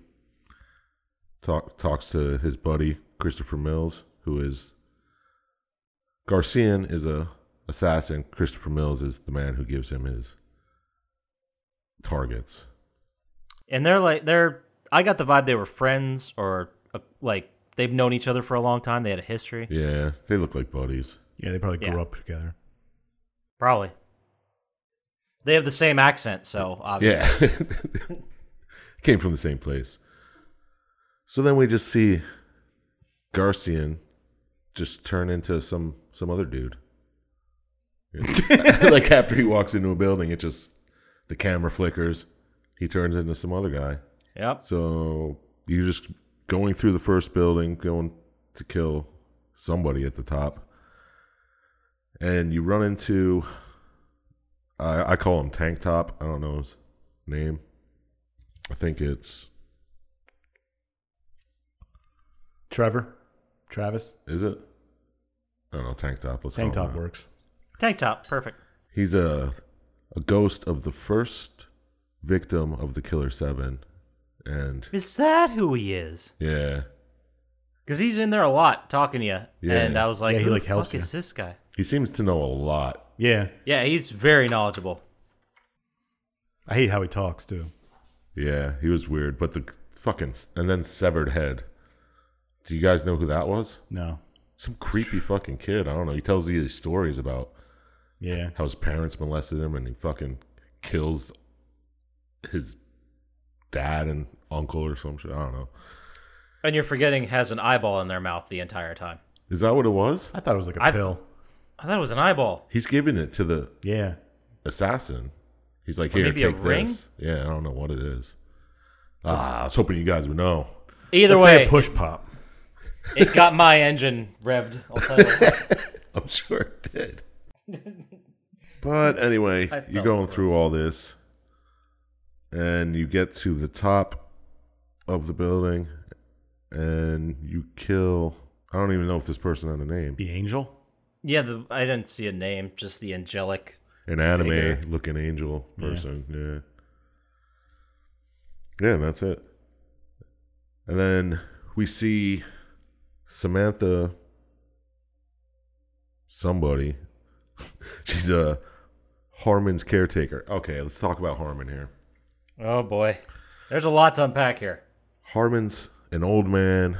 Speaker 2: talk, talks to his buddy Christopher Mills who is Garcian is a assassin Christopher Mills is the man who gives him his targets
Speaker 4: And they're like they're. I got the vibe they were friends or uh, like they've known each other for a long time. They had a history,
Speaker 2: yeah they look like buddies
Speaker 5: Yeah, they probably grew
Speaker 4: Yeah.
Speaker 5: up together.
Speaker 4: probably. They have the same accent, so obviously.
Speaker 2: Yeah. [LAUGHS] Came from the same place. So then we just see Garcian just turn into some some other dude. [LAUGHS] like after he walks into a building, it just the camera flickers. He turns into some other guy.
Speaker 4: Yep.
Speaker 2: So you just going through the first building, going to kill somebody at the top, and you run into I, I call him Tank Top. I don't know his name. I think it's
Speaker 5: Trevor, Travis,
Speaker 2: is it? I don't know. Tank Top. Let's
Speaker 5: tank
Speaker 2: call him
Speaker 5: top
Speaker 2: that.
Speaker 5: works.
Speaker 4: Tank top, perfect.
Speaker 2: He's a a ghost of the first victim of the Killer Seven, and
Speaker 4: Is that who he is?
Speaker 2: yeah,
Speaker 4: Because he's in there a lot talking to you,
Speaker 2: Yeah.
Speaker 4: and I was like,
Speaker 5: Yeah, he,
Speaker 4: "Who
Speaker 5: like,
Speaker 4: the
Speaker 5: helps
Speaker 4: fuck
Speaker 5: you.
Speaker 4: is this guy?"
Speaker 2: he seems to know a lot.
Speaker 5: Yeah,
Speaker 4: Yeah, he's very knowledgeable.
Speaker 5: I hate how he talks too.
Speaker 2: Yeah, he was weird, but the fucking and then severed head. Do you guys know who that was?
Speaker 5: No,
Speaker 2: Some creepy fucking kid. I don't know. He tells you these stories about
Speaker 5: yeah,
Speaker 2: how his parents molested him and he fucking kills his dad and uncle or some shit. I don't know.
Speaker 4: And you're forgetting has an eyeball in their mouth the entire time.
Speaker 2: Is that what it was?
Speaker 5: I thought it was like a
Speaker 4: I've-
Speaker 5: pill.
Speaker 4: I thought it was an eyeball.
Speaker 2: He's giving it to the
Speaker 5: Yeah,
Speaker 2: assassin. He's like,
Speaker 4: Or
Speaker 2: here,
Speaker 4: maybe a
Speaker 2: take
Speaker 4: ring? Ah,
Speaker 2: this. Yeah, I don't know what it is. I was, I was hoping you guys would know.
Speaker 4: Either
Speaker 5: Let's say
Speaker 4: way,
Speaker 5: a push pop.
Speaker 4: it got my engine revved. I'll tell you [LAUGHS] what.
Speaker 2: [LAUGHS] I'm sure it
Speaker 4: [LAUGHS]
Speaker 2: did. but anyway,
Speaker 4: I
Speaker 2: you're
Speaker 4: felt
Speaker 2: going through all this, and you get to the top of the building, and you kill. I don't even know if this person had a name.
Speaker 5: The angel.
Speaker 4: yeah, the, I didn't see a name, just the angelic.
Speaker 2: An anime looking angel person. Yeah. yeah. and that's it. And then we see Samantha. Somebody. [LAUGHS] She's a Harmon's caretaker. Okay, let's talk about Harmon here.
Speaker 4: Oh boy, there's a lot to unpack here.
Speaker 2: Harmon's an old man,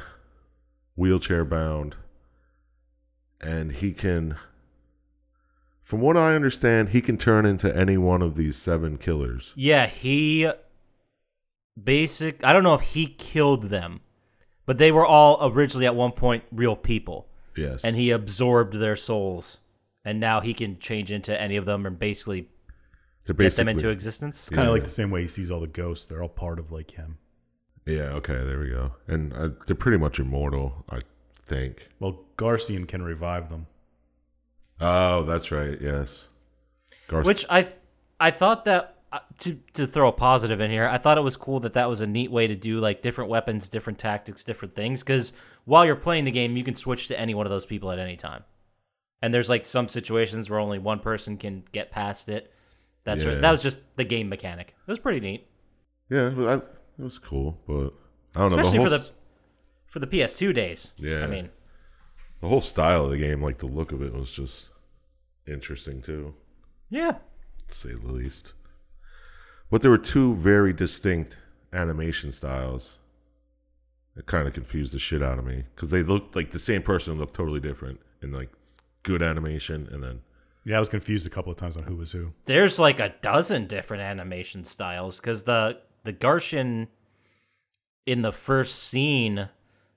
Speaker 2: wheelchair bound, and he can, from what I understand, he can turn into any one of these seven killers.
Speaker 4: Yeah, he basic. I don't know if he killed them, but they were all originally at one point real people,
Speaker 2: Yes.
Speaker 4: and he absorbed their souls, and now he can change into any of them and basically
Speaker 2: They're
Speaker 4: get them
Speaker 2: basically-
Speaker 4: into existence.
Speaker 5: Kind of
Speaker 2: Yeah.
Speaker 5: like the same way he sees all the ghosts. They're all part of like him.
Speaker 2: Yeah, okay, there we go. And uh, they're pretty much immortal, I think.
Speaker 5: Well, Garcian can revive them.
Speaker 2: Oh, that's right, yes. Garth-
Speaker 4: Which I I thought that uh, to to throw a positive in here, I thought it was cool that that was a neat way to do like different weapons, different tactics, different things. Because while you're playing the game, you can switch to any one of those people at any time. And there's like some situations where only one person can get past it. That's
Speaker 2: Yeah.
Speaker 4: right. That was just the game mechanic. It was pretty neat,
Speaker 2: yeah, but I, it was cool, but I don't know.
Speaker 4: especially
Speaker 2: the
Speaker 4: for
Speaker 2: whole
Speaker 4: the for the PS2 days.
Speaker 2: Yeah.
Speaker 4: I mean,
Speaker 2: The whole style of the game, like the look of it, was just interesting too,
Speaker 4: yeah,
Speaker 2: to say the least. But there were two very distinct animation styles. It kind of confused the shit out of me because they looked like the same person looked totally different in like good animation and then
Speaker 5: Yeah, I was confused a couple of times on who was who.
Speaker 4: there's like a dozen different animation styles because the the Garshin in the first scene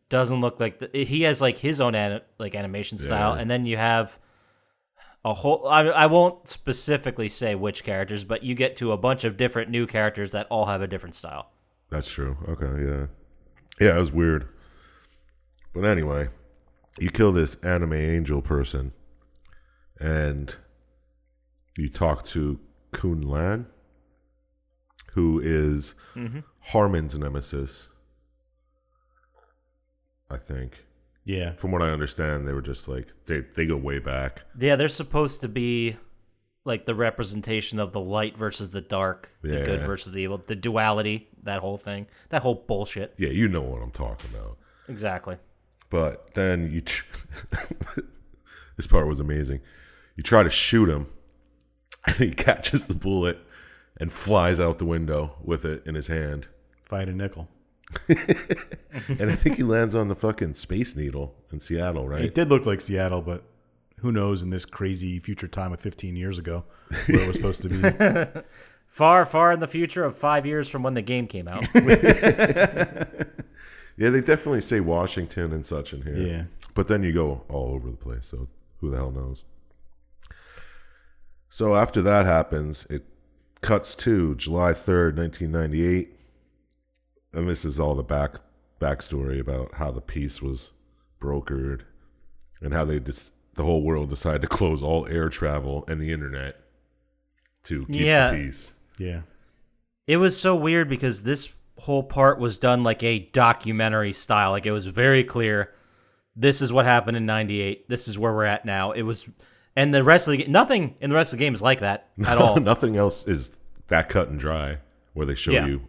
Speaker 4: doesn't look like the, he has like his own ani- like animation style,
Speaker 2: Yeah.
Speaker 4: and then you have a whole. I, I won't specifically say which characters, but you get to a bunch of different new characters that all have a different style.
Speaker 2: That's true. Okay, yeah. Yeah, it was weird. But anyway, you kill this anime angel person and you talk to Kun Lan, who is Harmon's nemesis. I think.
Speaker 5: Yeah,
Speaker 2: From what I understand, they were just like they, they go way back.
Speaker 4: Yeah, they're supposed to be like the representation of the light versus the dark, the good
Speaker 2: Yeah.
Speaker 4: versus the evil, the duality, that whole thing, that whole bullshit.
Speaker 2: Yeah, you know what I'm talking about.
Speaker 4: Exactly.
Speaker 2: But then you, tr- [LAUGHS] this part was amazing. You try to shoot him, [LAUGHS] and he catches the bullet and flies out the window with it in his hand.
Speaker 5: if I had a nickel,
Speaker 2: And I think he [LAUGHS] lands on the fucking Space Needle in Seattle, right?
Speaker 5: it did look like Seattle, but who knows? In this crazy future time of 15 years ago, where it was supposed to be.
Speaker 4: far, far in the future of five years from when the game came out.
Speaker 2: Yeah, they definitely say Washington and such in here.
Speaker 5: Yeah.
Speaker 2: But then you go all over the place, so who the hell knows? So after that happens, it cuts to July 3rd, 1998. And this is all the back backstory about how the peace was brokered and how they just the whole world decided to close all air travel and the internet to keep
Speaker 4: Yeah.
Speaker 2: the peace.
Speaker 5: Yeah.
Speaker 4: It was so weird because this whole part was done like a documentary style. Like it was very clear. This is what happened in '98. This is where we're at now. It was, and the rest of the ga- nothing in the rest of the game is like that at
Speaker 2: [LAUGHS]
Speaker 4: all.
Speaker 2: Nothing else is that cut and dry where they show
Speaker 4: Yeah.
Speaker 2: you,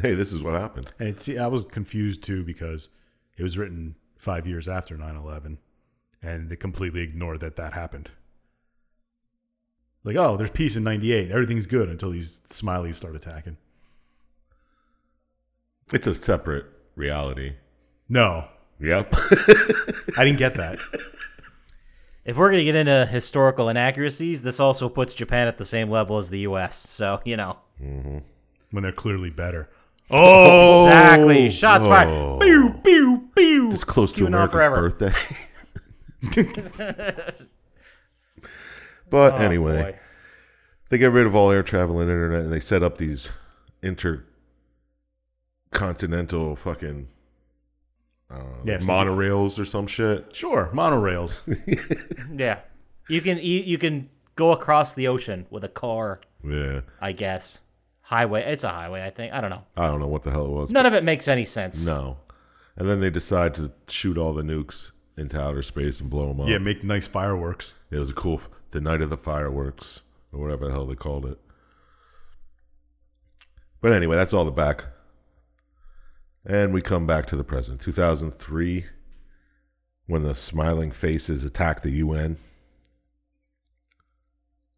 Speaker 2: hey, this is what happened.
Speaker 5: And it's, I was confused too because it was written five years after 9 11 and they completely ignored that that happened. Like, oh, there's peace in 98. Everything's good until these smileys start attacking.
Speaker 2: It's a separate reality.
Speaker 5: No,
Speaker 2: Yep.
Speaker 5: I didn't get that.
Speaker 4: If we're gonna get into historical inaccuracies, this also puts Japan at the same level as the U.S. So you know
Speaker 5: when they're clearly better.
Speaker 2: [LAUGHS]
Speaker 5: Oh,
Speaker 2: Oh,
Speaker 4: exactly. Shots fired. Pew pew pew.
Speaker 2: it's close to
Speaker 4: Queuing on
Speaker 2: America's
Speaker 4: forever.
Speaker 2: birthday.
Speaker 4: [LAUGHS]
Speaker 2: but
Speaker 4: Oh,
Speaker 2: anyway,
Speaker 4: boy.
Speaker 2: they get rid of all air travel and internet and they set up these intercontinental fucking
Speaker 5: Yes.
Speaker 2: monorails or some shit.
Speaker 5: Sure,
Speaker 2: [LAUGHS]
Speaker 5: monorails.
Speaker 4: yeah, you can you, you can go across the ocean with a car.
Speaker 2: Yeah.
Speaker 4: I guess highway. It's a highway. I think. I don't know.
Speaker 2: I don't know what the hell it was.
Speaker 4: None of it makes any sense.
Speaker 2: No. And then they decide to shoot all the nukes into outer space and blow them up.
Speaker 5: yeah, make nice fireworks.
Speaker 2: It was a cool, f- the night of the fireworks, or whatever the hell they called it. But anyway, that's all the back. And we come back to the present. 2003, when the smiling faces attacked the UN.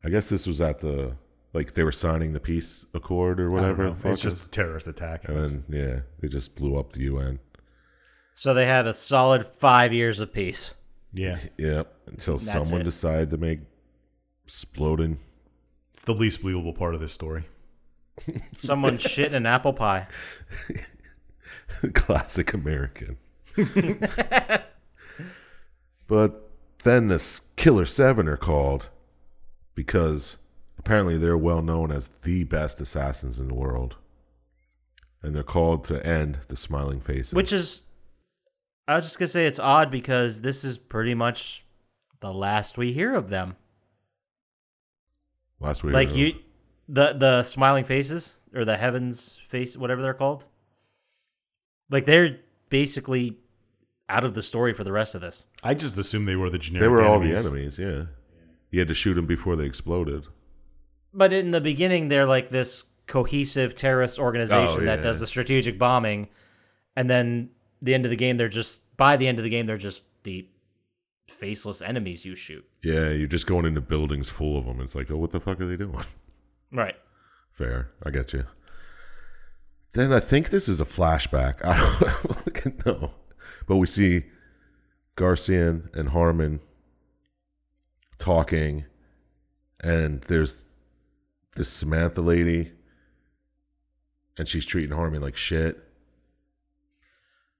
Speaker 2: I guess this was at the, like, they were signing the peace accord or
Speaker 5: I don't
Speaker 2: whatever.
Speaker 5: know.
Speaker 2: the fuck
Speaker 5: Um, It's
Speaker 2: it-
Speaker 5: just a terrorist attack.
Speaker 2: and then, yeah, they just blew up the UN.
Speaker 4: So they had a solid five years of peace.
Speaker 5: yeah,
Speaker 2: Yep. Until
Speaker 4: That's
Speaker 2: someone
Speaker 4: it.
Speaker 2: decided to make exploding. [LAUGHS]
Speaker 5: it's the least believable part of this story.
Speaker 4: Someone shit in an apple pie.
Speaker 2: Classic
Speaker 4: [LAUGHS]
Speaker 2: American. but then this Killer Seven are called because apparently they're well known as the best assassins in the world. And they're called to end the smiling faces.
Speaker 4: Which is, I was just gonna say it's odd because this is pretty much the last we hear of them.
Speaker 2: last week,
Speaker 4: Like you, the the smiling faces or the heavens face, whatever they're called. Like they're basically out of the story for the rest of this.
Speaker 5: I just assumed they were the generic.
Speaker 2: they were all the enemies.
Speaker 5: enemies.
Speaker 2: Yeah, you had to shoot them before they exploded.
Speaker 4: But in the beginning, they're like this cohesive terrorist
Speaker 2: Oh,
Speaker 4: organization
Speaker 2: yeah.
Speaker 4: that does the strategic bombing, and then the end of the game, they're just by the end of the game, they're just the faceless enemies you shoot.
Speaker 2: Yeah, you're just going into buildings full of them. It's like, oh, what the fuck are they doing?
Speaker 4: Right.
Speaker 2: Fair. I get you. Then I think this is a flashback. [LAUGHS] I don't fucking know. But we see Garcian and Harmon talking, and there's this Samantha lady, and she's treating Harmon like shit.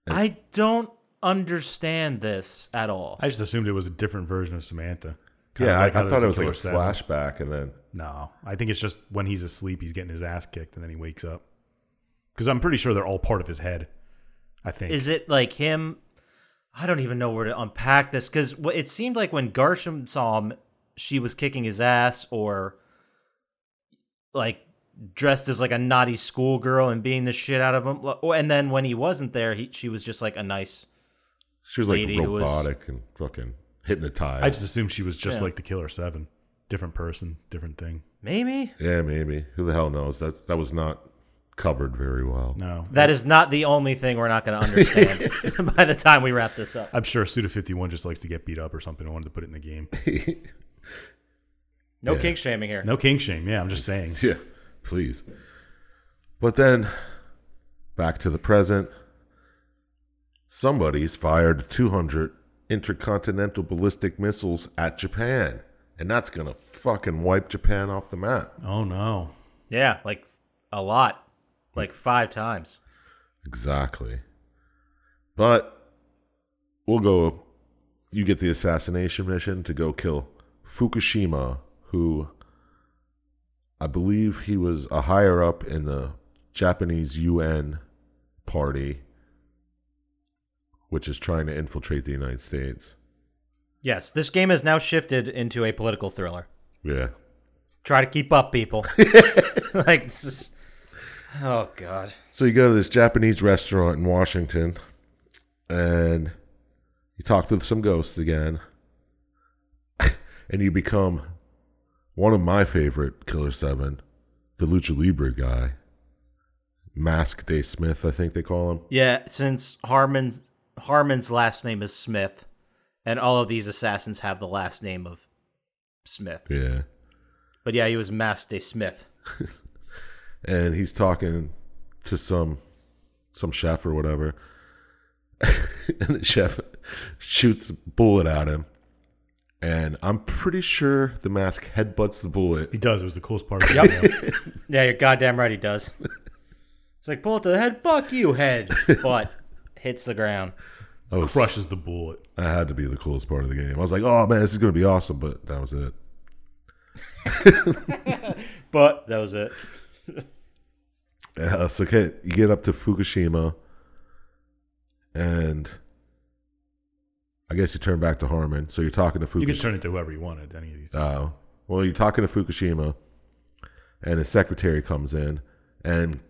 Speaker 4: I don't understand this at all.
Speaker 5: I just assumed it was a different version of Samantha. Kinda
Speaker 2: Yeah,
Speaker 5: like
Speaker 2: I,
Speaker 5: how
Speaker 2: I thought
Speaker 5: there's
Speaker 2: it was like a
Speaker 5: Killer Seven.
Speaker 2: flashback, and then
Speaker 5: No, I think it's just when he's asleep, he's getting his ass kicked, and then he wakes up. Because I'm pretty sure they're all part of his head. I think.
Speaker 4: Is it like him? I don't even know where to unpack this because it seemed like when Garsham saw him, she was kicking his ass or like dressed as like a naughty schoolgirl and beating the shit out of him. Lo- And then when he wasn't there, he, she was just like a nice.
Speaker 2: she was like
Speaker 4: Lady who was-
Speaker 2: robotic and fucking hypnotized.
Speaker 5: I just assumed she was just
Speaker 4: Yeah.
Speaker 5: like the Killer Seven, different person, different thing.
Speaker 4: Maybe
Speaker 2: yeah, maybe. Who the hell knows? That that was not covered very well.
Speaker 5: No,
Speaker 4: that is not the only thing we're not going to understand [LAUGHS] by the time we wrap this up.
Speaker 5: I'm sure Suda 51 just likes to get beat up or something. I wanted to put it in the game.
Speaker 4: No kink shaming here.
Speaker 5: No king shame. Yeah, I'm just saying.
Speaker 2: [LAUGHS] Yeah, please. But then back to the present. Somebody's fired 200 intercontinental ballistic missiles at Japan, and that's going to fucking wipe Japan off the map.
Speaker 5: Oh no.
Speaker 4: Yeah, like a lot, like five times.
Speaker 2: Exactly. But we'll go you get the assassination mission to go kill Fukushima, who I believe he was a higher up in the Japanese UN party which is trying to infiltrate the United States.
Speaker 4: Yes, this game has now shifted into a political thriller.
Speaker 2: Yeah.
Speaker 4: Try to keep up, [LAUGHS] people. like this is. Oh God.
Speaker 2: So you go to this Japanese restaurant in Washington, and you talk to some ghosts again, [LAUGHS] and you become one of my favorite Killer Seven, the Lucha Libre guy, Mask Day Smith, I think they call him.
Speaker 4: Yeah, since Harmon Harmon's last name is Smith, and all of these assassins have the last name of Smith.
Speaker 2: Yeah,
Speaker 4: But yeah, he was Maste Smith.
Speaker 2: and he's talking to some some chef or whatever, [LAUGHS] and the chef shoots a bullet at him. And I'm pretty sure the mask headbutts the bullet
Speaker 5: He does. It was the coolest part. Yep.
Speaker 4: Yeah, you're goddamn right he does. [LAUGHS] It's like bullet to the head, fuck you head. But hits the ground.
Speaker 2: Oh,
Speaker 5: Crushes the bullet.
Speaker 2: That had to be the coolest part of the game. I was like, oh man, this is going to be awesome, but that was it.
Speaker 4: But that was it.
Speaker 2: Yeah, Uh, so okay, you get up to Fukushima, and I guess you turn back to Harmon. So you're talking to
Speaker 5: You could
Speaker 2: Fukushima.
Speaker 5: turn it to whoever you wanted. Any of these.
Speaker 2: oh, well, you're talking to Fukushima, and his secretary comes in and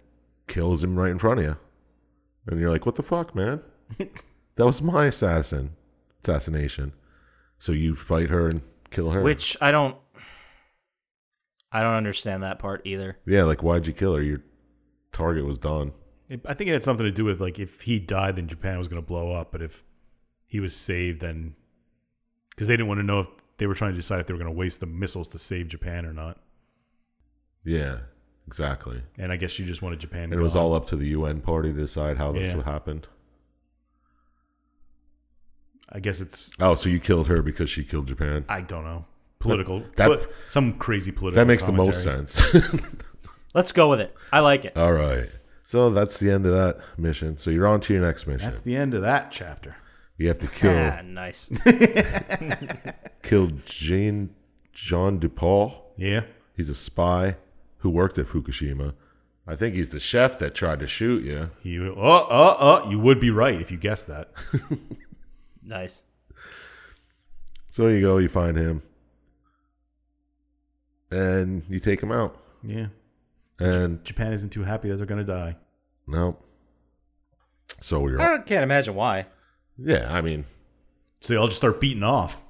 Speaker 2: kills him right in front of you, and you're like, what the fuck,
Speaker 5: [LAUGHS]
Speaker 2: man? that was my assassin assassination. So you fight her and kill her.
Speaker 4: Which I don't I don't understand that part either.
Speaker 2: yeah, like why'd you kill her? Your target was done.
Speaker 5: It- I think it had something to do with like if he died, then Japan was going to blow up. But if he was saved, then because they didn't want to know if they were trying to decide if they were going to waste the missiles to save Japan or not.
Speaker 2: Yeah, exactly.
Speaker 5: And I guess she just wanted Japan.
Speaker 2: And it was
Speaker 5: gone.
Speaker 2: all up to the UN party to decide how this
Speaker 5: Yeah.
Speaker 2: happened.
Speaker 5: I guess it's.
Speaker 2: Oh, so you killed her because she killed Japan?
Speaker 5: I don't know. Political.
Speaker 2: that-
Speaker 5: poli- some crazy political.
Speaker 2: that makes the most
Speaker 5: commentary.
Speaker 2: sense. [LAUGHS]
Speaker 4: Let's go with it. I like it.
Speaker 2: all right. So that's the end of that mission. So you're on to your next mission.
Speaker 5: That's the end of that chapter.
Speaker 2: you have to kill
Speaker 4: Ah, nice.
Speaker 2: kill Jean Jean DuPaul.
Speaker 5: Yeah.
Speaker 2: He's a spy who worked at Fukushima. I think he's the chef that tried to shoot you.
Speaker 5: You. Oh, oh, oh. You would be right if you guessed that.
Speaker 4: Nice.
Speaker 2: So you go, you find him, and you take him out.
Speaker 5: Yeah.
Speaker 2: And
Speaker 5: Japan isn't too happy that they're going to die.
Speaker 2: no. So you're
Speaker 4: I can't imagine why.
Speaker 2: yeah. I mean,
Speaker 5: So they all just start beating off.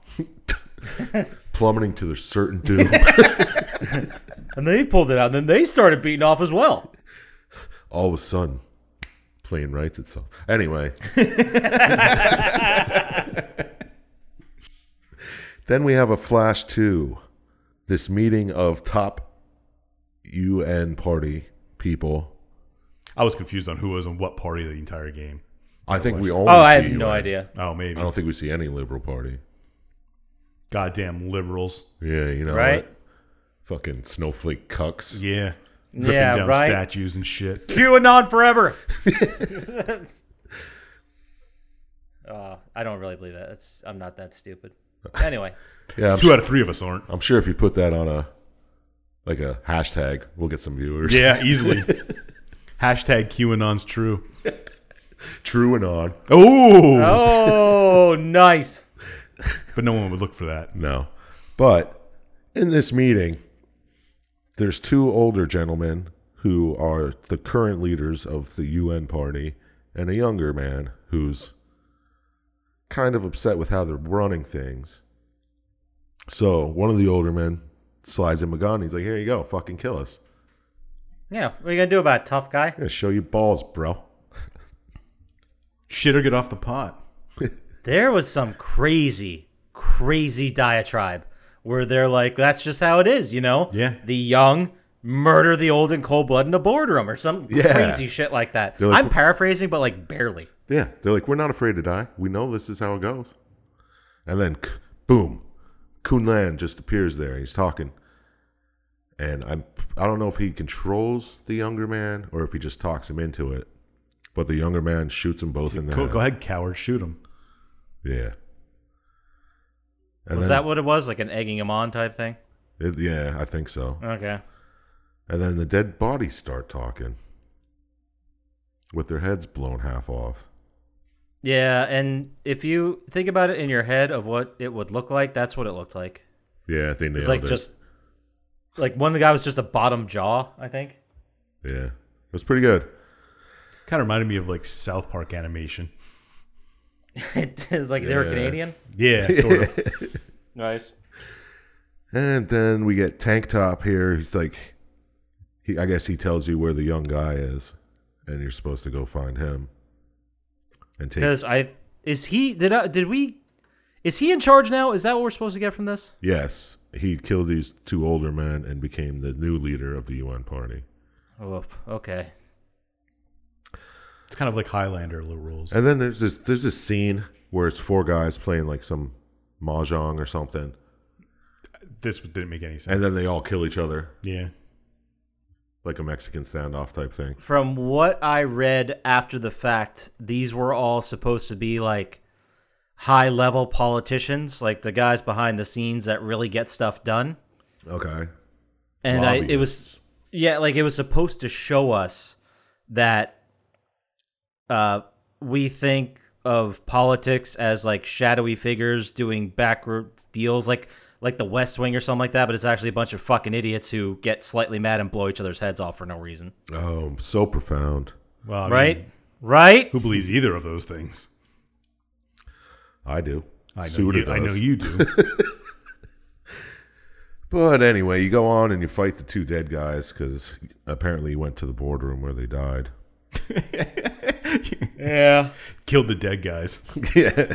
Speaker 2: plummeting to their certain
Speaker 4: [LAUGHS]
Speaker 2: doom.
Speaker 4: And they pulled it out, and then they started beating off as well.
Speaker 2: All of a sudden, plane writes itself.
Speaker 4: [LAUGHS]
Speaker 2: Anyway. then we have a flash to this meeting of top UN party people.
Speaker 5: I was confused on who was on what party the entire game.
Speaker 2: I think we only
Speaker 4: Oh, I
Speaker 2: see
Speaker 4: have no
Speaker 2: UN.
Speaker 4: idea.
Speaker 5: Oh, maybe.
Speaker 2: I don't think we see any liberal party.
Speaker 5: Goddamn liberals.
Speaker 2: Yeah, you know,
Speaker 4: Right?
Speaker 2: what? fucking snowflake cucks.
Speaker 5: Yeah. Ripping
Speaker 4: Yeah,
Speaker 5: down
Speaker 4: right.
Speaker 5: statues and shit. [LAUGHS]
Speaker 4: QAnon forever. [LAUGHS] uh, I don't really believe that. That's, I'm not that stupid. Anyway,
Speaker 2: Yeah, I'm,
Speaker 5: Two out of three of us aren't.
Speaker 2: I'm sure if you put that on a like a hashtag, we'll get some viewers.
Speaker 5: Yeah, easily. Hashtag QAnon's true.
Speaker 2: [LAUGHS] True and on.
Speaker 5: Oh,
Speaker 4: oh, [LAUGHS] nice.
Speaker 5: but no one would look for that.
Speaker 2: No. But in this meeting, there's two older gentlemen who are the current leaders of the UN party and a younger man who's kind of upset with how they're running things. So one of the older men slides him a gun. He's like, here you go, fucking kill us.
Speaker 4: Yeah, what are you gonna do about it, tough guy?
Speaker 2: I'm going to show you balls, bro.
Speaker 5: Shit or get off the pot.
Speaker 4: There was some crazy, crazy diatribe where they're like, "That's just how it is," you know.
Speaker 5: Yeah.
Speaker 4: The young murder the old in cold blood in a boardroom or some
Speaker 2: Yeah.
Speaker 4: crazy shit like that.
Speaker 2: They're like-
Speaker 4: I'm paraphrasing, but like barely.
Speaker 2: Yeah, they're like, we're not afraid to die. We know this is how it goes. And then, k- boom, Kun Lan just appears there. He's talking, and I'm I don't know if he controls the younger man or if he just talks him into it. But the younger man shoots them both in the
Speaker 5: Go,
Speaker 2: head.
Speaker 5: go ahead, coward. Shoot him.
Speaker 2: Yeah. And
Speaker 4: Was
Speaker 2: then-
Speaker 4: that what it was? Like an egging him on type thing?
Speaker 2: it- yeah, I think so.
Speaker 4: Okay.
Speaker 2: And then the dead bodies start talking, with their heads blown half off.
Speaker 4: Yeah, and if you think about it in your head of what it would look like, that's what it looked like.
Speaker 2: Yeah, they nailed
Speaker 4: It's like
Speaker 2: it.
Speaker 4: just like one of the guy was just a bottom jaw, I think.
Speaker 2: yeah, it was pretty good.
Speaker 5: Kind of reminded me of like South Park animation.
Speaker 4: [LAUGHS] it's like they were
Speaker 2: Yeah.
Speaker 4: Canadian.
Speaker 5: Yeah, sort of.
Speaker 4: Nice.
Speaker 2: And then we get Tank Top here. He's like, he, I guess he tells you where the young guy is, and you're supposed to go find him. And take,
Speaker 4: Because I is he did I, did we is he in charge now? Is that what we're supposed to get from this?
Speaker 2: yes, he killed these two older men and became the new leader of the UN party.
Speaker 4: Oof. Okay.
Speaker 5: It's kind of like Highlander little rules.
Speaker 2: And then there's this there's this scene where it's four guys playing like some mahjong or something,
Speaker 5: This didn't make any sense.
Speaker 2: and then they all kill each other
Speaker 5: yeah.
Speaker 2: like a Mexican standoff type thing.
Speaker 4: From what I read after the fact, these were all supposed to be like high level politicians, like the guys behind the scenes that really get stuff done.
Speaker 2: Okay.
Speaker 4: and I, it was yeah like it was supposed to show us that uh we think of politics as like shadowy figures doing backward deals like like the west wing or something like that but it's actually a bunch of fucking idiots who get slightly mad and blow each other's heads off for no reason
Speaker 2: Oh, so profound.
Speaker 5: Well, I mean,
Speaker 4: right right
Speaker 5: who believes either of those things?
Speaker 2: I do.
Speaker 5: I know,
Speaker 2: Suda
Speaker 5: you, I know
Speaker 2: does. [LAUGHS]
Speaker 5: you do.
Speaker 2: But anyway, you go on and you fight the two dead guys because apparently you went to the boardroom where they died. [LAUGHS]
Speaker 4: yeah
Speaker 5: Killed the dead
Speaker 4: [LAUGHS]
Speaker 5: guys
Speaker 2: yeah.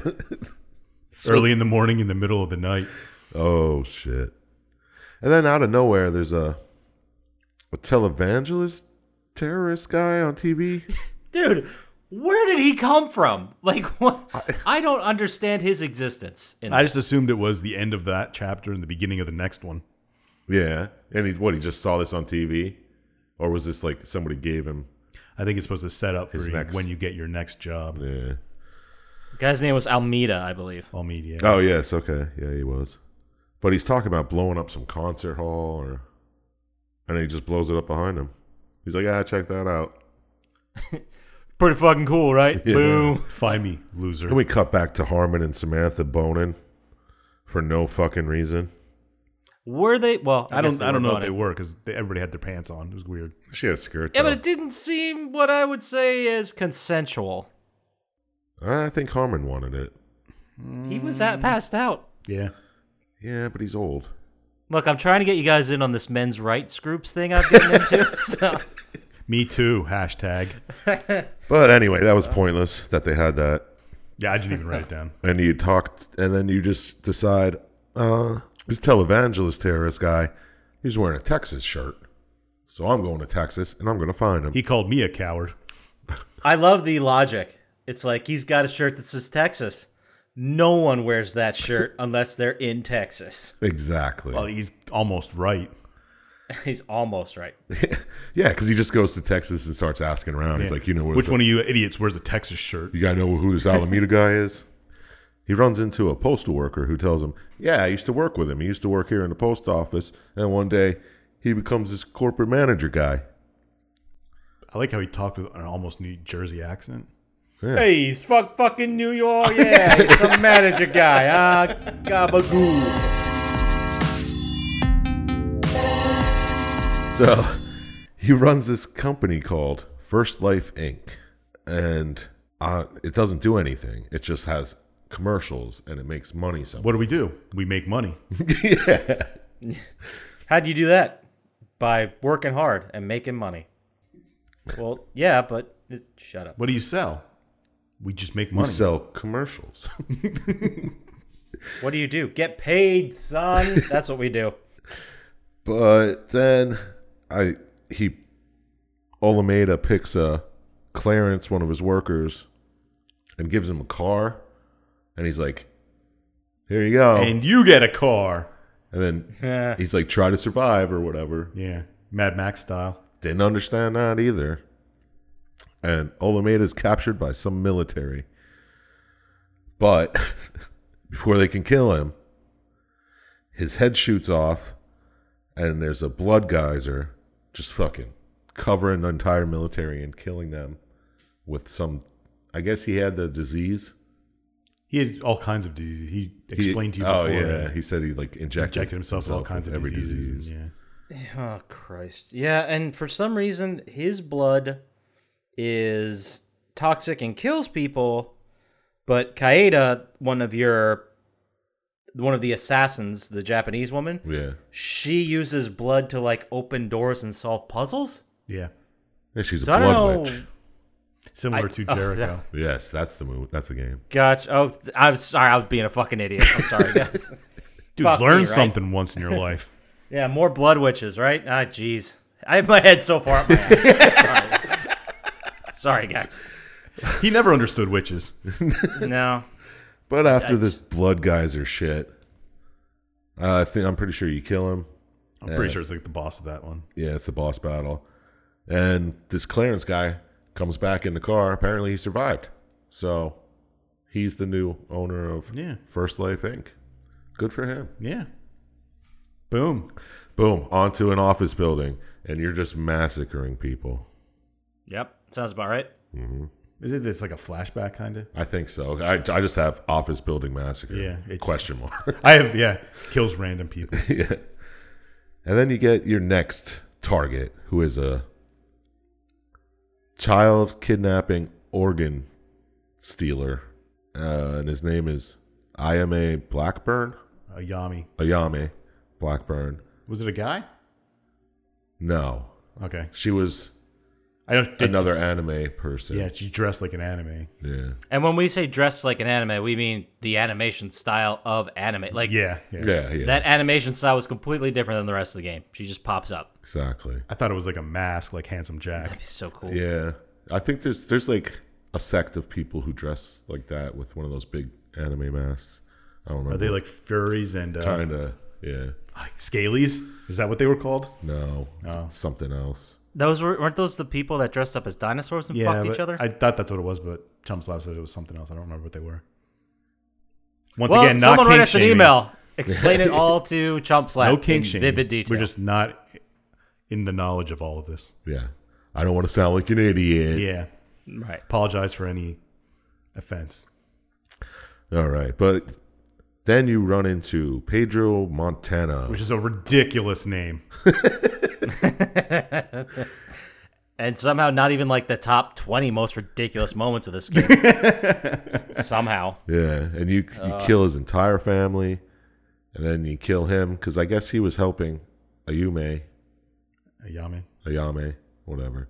Speaker 5: early in the morning, in the middle of the night.
Speaker 2: Oh shit. And then out of nowhere, there's a a televangelist terrorist guy on TV.
Speaker 4: dude where did he come from [LAUGHS] like what i don't understand his existence in
Speaker 5: I just assumed it was the end of that chapter and the beginning of the next one.
Speaker 2: yeah. And he what? He just saw this on TV, or was this like somebody gave him?
Speaker 5: I think it's supposed to set up for
Speaker 2: His
Speaker 5: you
Speaker 2: next-
Speaker 5: when you get your next job.
Speaker 2: Yeah.
Speaker 4: the guy's name was almeida i believe
Speaker 5: All media.
Speaker 2: Oh yes. Okay. Yeah, he was. But he's talking about blowing up some concert hall, or and he just blows it up behind him. He's like, ah, check that out.
Speaker 4: pretty fucking cool right
Speaker 2: Yeah.
Speaker 4: boo
Speaker 5: Find me, loser.
Speaker 2: Then we cut back to Harmon and Samantha boning for no fucking reason.
Speaker 4: Were they? Well,
Speaker 5: I
Speaker 4: guess
Speaker 5: don't. I don't
Speaker 4: were
Speaker 5: know if they
Speaker 4: boning.
Speaker 5: were because everybody had their pants on. It was weird.
Speaker 2: She had a skirt.
Speaker 4: Yeah, but
Speaker 2: though.
Speaker 4: it didn't seem what I would say is consensual.
Speaker 2: I think Harmon wanted it.
Speaker 4: He was at, passed out.
Speaker 5: Yeah.
Speaker 2: Yeah, but he's old.
Speaker 4: Look, I'm trying to get you guys in on this men's rights groups thing I've gotten [LAUGHS] into. So
Speaker 5: Me too. Hashtag.
Speaker 2: But anyway, that was pointless that they had that.
Speaker 5: Yeah, I didn't even write it down.
Speaker 2: And you talked, and then you just decide, uh, this televangelist terrorist guy, he's wearing a Texas shirt. So I'm going to Texas and I'm going to find him.
Speaker 5: He called me a coward.
Speaker 4: I love the logic. It's like he's got a shirt that says Texas. No one wears that [LAUGHS] shirt unless they're in Texas. [LAUGHS]
Speaker 2: exactly.
Speaker 5: Well, he's almost right.
Speaker 4: He's almost right.
Speaker 2: yeah, because he just goes to Texas and starts asking around. He's
Speaker 5: Yeah.
Speaker 2: like, you know, where
Speaker 5: Which
Speaker 2: the-
Speaker 5: one of you idiots wears the Texas shirt?
Speaker 2: You gotta know who this Alameda guy is? He runs into a postal worker who tells him, Yeah, I used to work with him. He used to work here in the post office. And one day he becomes this corporate manager guy.
Speaker 5: I like how he talked with an almost New Jersey accent.
Speaker 4: Hey, he's fuck fucking New York. [LAUGHS] Yeah, he's the manager guy. Ah, gabagoo.
Speaker 2: So [LAUGHS] he runs this company called First Life Inc. And uh, it doesn't do anything, it just has commercials and it makes money somehow.
Speaker 5: What do we do? We make money.
Speaker 4: How'd you do that? By working hard and making money. Well, yeah, but it's, shut up.
Speaker 5: What do you sell? We just make
Speaker 2: We
Speaker 5: money.
Speaker 2: sell commercials. [LAUGHS]
Speaker 4: What do you do? Get paid, son. [LAUGHS] That's what we do.
Speaker 2: But then I he Olameda picks a Clarence, one of his workers, and gives him a car, and he's like, "Here you go." And,
Speaker 5: and you get a car.
Speaker 2: then he's like, "Try to survive" or whatever.
Speaker 5: Yeah, Mad Max style.
Speaker 2: Didn't understand that either. And Olameda is captured by some military, but [LAUGHS] before they can kill him, his head shoots off, and there's a blood geyser just fucking covering the entire military and killing them with some I guess he had the disease.
Speaker 5: He has all kinds of diseases. He
Speaker 2: He-
Speaker 5: explained to you
Speaker 2: Oh
Speaker 5: before.
Speaker 2: yeah,
Speaker 5: uh,
Speaker 2: he said he like injected,
Speaker 5: injected himself with all kinds of
Speaker 2: every
Speaker 5: diseases. and
Speaker 2: disease.
Speaker 5: yeah.
Speaker 4: Oh Christ. Yeah, and for some reason his blood is toxic and kills people, but Kaeda, one of your one of the assassins, the Japanese woman,
Speaker 2: Yeah,
Speaker 4: she uses blood to like open doors and solve puzzles?
Speaker 5: Yeah.
Speaker 2: Yeah, she's
Speaker 4: So
Speaker 2: a
Speaker 4: I don't
Speaker 2: blood
Speaker 4: know.
Speaker 2: witch.
Speaker 5: Similar
Speaker 4: I-
Speaker 5: to
Speaker 4: [LAUGHS] oh,
Speaker 5: Jericho.
Speaker 4: yeah.
Speaker 2: Yes, that's the move. That's the game.
Speaker 4: Gotcha. Oh, th- I'm sorry. I was being a fucking idiot. I'm sorry, [LAUGHS] guys.
Speaker 5: Dude,
Speaker 4: Fuck
Speaker 5: learn
Speaker 4: me, right?
Speaker 5: something once in
Speaker 4: [LAUGHS]
Speaker 5: your life.
Speaker 4: yeah, more blood witches, right? Ah, jeez. I have my head so far up my ass.
Speaker 5: [LAUGHS]
Speaker 4: sorry. sorry, guys.
Speaker 5: he never understood witches.
Speaker 4: No.
Speaker 2: But after this blood geyser shit, uh, I think I'm pretty sure you kill him.
Speaker 5: I'm pretty sure it's like the boss of that one.
Speaker 2: Yeah, it's the boss battle, and this Clarence guy comes back in the car. Apparently, he survived, so he's the new owner of
Speaker 5: Yeah.
Speaker 2: First Life Inc. Good for him.
Speaker 5: Yeah. Boom.
Speaker 2: Boom, onto an office building, and you're just massacring people.
Speaker 4: Yep. Sounds about right.
Speaker 5: Is it this like a flashback kind of?
Speaker 2: I think so. I, I just have office building massacre.
Speaker 5: Yeah, it's-
Speaker 2: question mark. [LAUGHS]
Speaker 5: I have yeah, kills random people.
Speaker 2: yeah. And then you get your next target, who is a child kidnapping organ stealer, uh, and his name is IMA Blackburn,
Speaker 5: A Yami.
Speaker 2: Ayame Blackburn.
Speaker 5: Was it a guy?
Speaker 2: No,
Speaker 5: Okay.
Speaker 2: she was
Speaker 5: I don't did-
Speaker 2: another anime person.
Speaker 5: Yeah, she dressed like an anime.
Speaker 2: yeah,
Speaker 4: And when we say dressed like an anime, we mean the animation style of anime. Like
Speaker 5: Yeah, yeah.
Speaker 2: yeah, yeah.
Speaker 4: that animation style was completely different than the rest of the game. She just pops up.
Speaker 2: exactly.
Speaker 5: I thought it was like a mask, like Handsome Jack.
Speaker 4: It's so cool.
Speaker 2: Yeah, I think there's there's like a sect of people who dress like that with one of those big anime masks. I don't
Speaker 5: Are
Speaker 2: remember.
Speaker 5: they like furries and uh,
Speaker 2: kind of? Yeah.
Speaker 5: scalies? Is that what they were called?
Speaker 2: No.
Speaker 5: Oh.
Speaker 2: Something else.
Speaker 4: Those were weren't those the people that dressed up as dinosaurs and fucked each other?
Speaker 5: I thought that's what it was, but Chum Slab said it was something else. I don't remember what they were. Once
Speaker 4: well,
Speaker 5: again, not
Speaker 4: someone
Speaker 5: kink
Speaker 4: write us an
Speaker 5: shaming. [LAUGHS]
Speaker 4: email. Explain it all to Chump Slap.
Speaker 5: No kink
Speaker 4: in
Speaker 5: shaming.
Speaker 4: Vivid detail.
Speaker 5: We're just not in the knowledge of all of this.
Speaker 2: Yeah. I don't want to sound like an idiot.
Speaker 5: Yeah.
Speaker 4: right.
Speaker 5: Apologize for any offense.
Speaker 2: All right, but then you run into Pedro Montana.
Speaker 5: Which is a ridiculous name.
Speaker 4: And somehow not even like the top twenty most ridiculous moments of this
Speaker 5: [LAUGHS]
Speaker 4: game. somehow.
Speaker 2: yeah, and you you
Speaker 5: Uh.
Speaker 2: kill his entire family, and then you kill him because I guess he was helping Ayume
Speaker 5: Ayame.
Speaker 2: Ayame, whatever.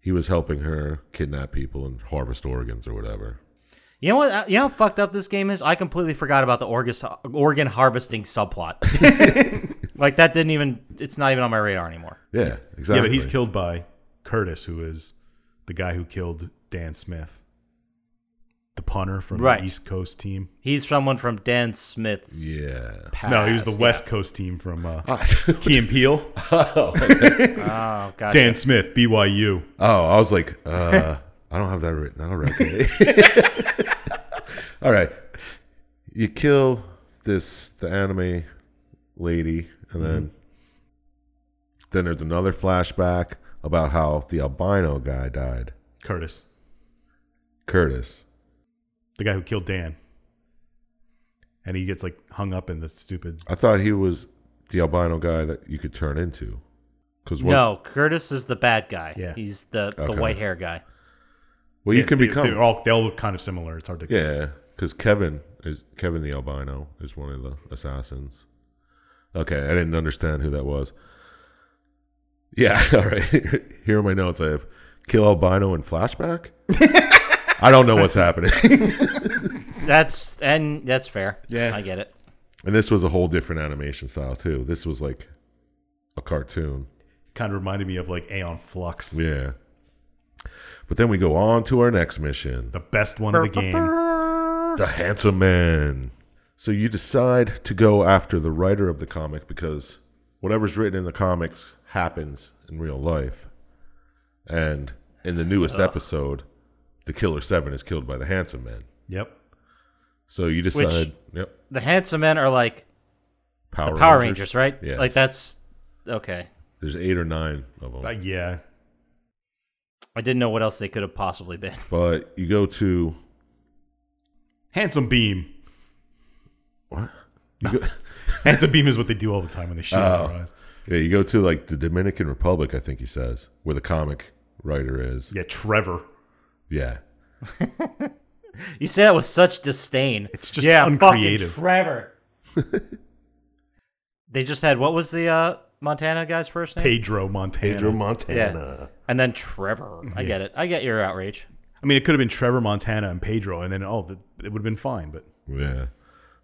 Speaker 2: He was helping her kidnap people and harvest organs or whatever.
Speaker 4: You know what? uh, You know how fucked up this game is. I completely forgot about the organ organ
Speaker 5: [LAUGHS]
Speaker 4: harvesting subplot. like that didn't even. It's not even on my radar anymore.
Speaker 2: Yeah, exactly.
Speaker 5: Yeah, but he's killed by Curtis, who is the guy who killed Dan Smith, the punter from
Speaker 4: Right.
Speaker 5: the East Coast team.
Speaker 4: He's someone from Dan
Speaker 5: [LAUGHS]
Speaker 4: Smith's.
Speaker 2: Yeah.
Speaker 4: Past.
Speaker 5: no, he was the West Coast team from uh,
Speaker 2: Ah,
Speaker 5: Key
Speaker 2: [LAUGHS]
Speaker 5: and Peele.
Speaker 4: Oh god.
Speaker 5: Dan Smith, BYU.
Speaker 2: oh, I was like, uh, I don't have that written. I don't reckon. [LAUGHS] All right, you kill this the anime lady, and then then there's another flashback about how the albino guy died,
Speaker 5: Curtis,
Speaker 2: Curtis.
Speaker 5: the guy who killed Dan. And he gets like hung up in the stupid.
Speaker 2: I thought he was the albino guy that you could turn into. Cause was-
Speaker 4: No, Curtis is the bad guy.
Speaker 5: Yeah.
Speaker 4: He's the, the
Speaker 2: Okay.
Speaker 4: white hair guy.
Speaker 2: well, you
Speaker 5: They-
Speaker 2: can
Speaker 5: they-
Speaker 2: become
Speaker 5: They're all they all look kind of similar. It's hard to.
Speaker 2: yeah. Because Kevin is Kevin the albino is one of the assassins. Okay, I didn't understand who that was. Yeah, [LAUGHS] all right. Here are my notes. I have kill albino and flashback. I don't know what's happening. [LAUGHS]
Speaker 4: That's and that's fair.
Speaker 5: Yeah.
Speaker 4: I get it.
Speaker 2: and this was a whole different animation style too. This was like a cartoon.
Speaker 5: Kind of reminded me of like Aeon Flux,
Speaker 2: Yeah. But then we go on to our next mission.
Speaker 5: the best one of the game.
Speaker 2: The Handsome Man. So you decide to go after the writer of the comic because whatever's written in the comics happens in real life. And in the newest episode, the Killer Seven is killed by the Handsome Man.
Speaker 5: Yep.
Speaker 2: So you decide, yep,
Speaker 4: The handsome men are like
Speaker 2: Power,
Speaker 4: the Power Rangers, right?
Speaker 2: Yes.
Speaker 4: Like that's okay.
Speaker 2: There's eight or nine of them.
Speaker 5: Uh, yeah.
Speaker 4: I didn't know what else they could have possibly been. [LAUGHS]
Speaker 2: But you go to
Speaker 5: Handsome beam.
Speaker 2: what?
Speaker 5: [LAUGHS] Handsome beam is what they do all the time when they shoot
Speaker 2: Oh.
Speaker 5: out their eyes.
Speaker 2: Yeah, you go to like the Dominican Republic, I think he says, where the comic writer is.
Speaker 5: Yeah, Trevor.
Speaker 2: Yeah.
Speaker 4: You say that with such disdain.
Speaker 5: It's just
Speaker 4: yeah, fucking
Speaker 5: uncreative. [LAUGHS]
Speaker 4: Trevor. they just had what was the uh, Montana guy's first name?
Speaker 5: Pedro Montana.
Speaker 2: Pedro Montana.
Speaker 4: And then Trevor. I get it. I get your outrage.
Speaker 5: I mean, it could have been Trevor Montana and Pedro, and then oh, th- it would have been fine. But
Speaker 2: Yeah.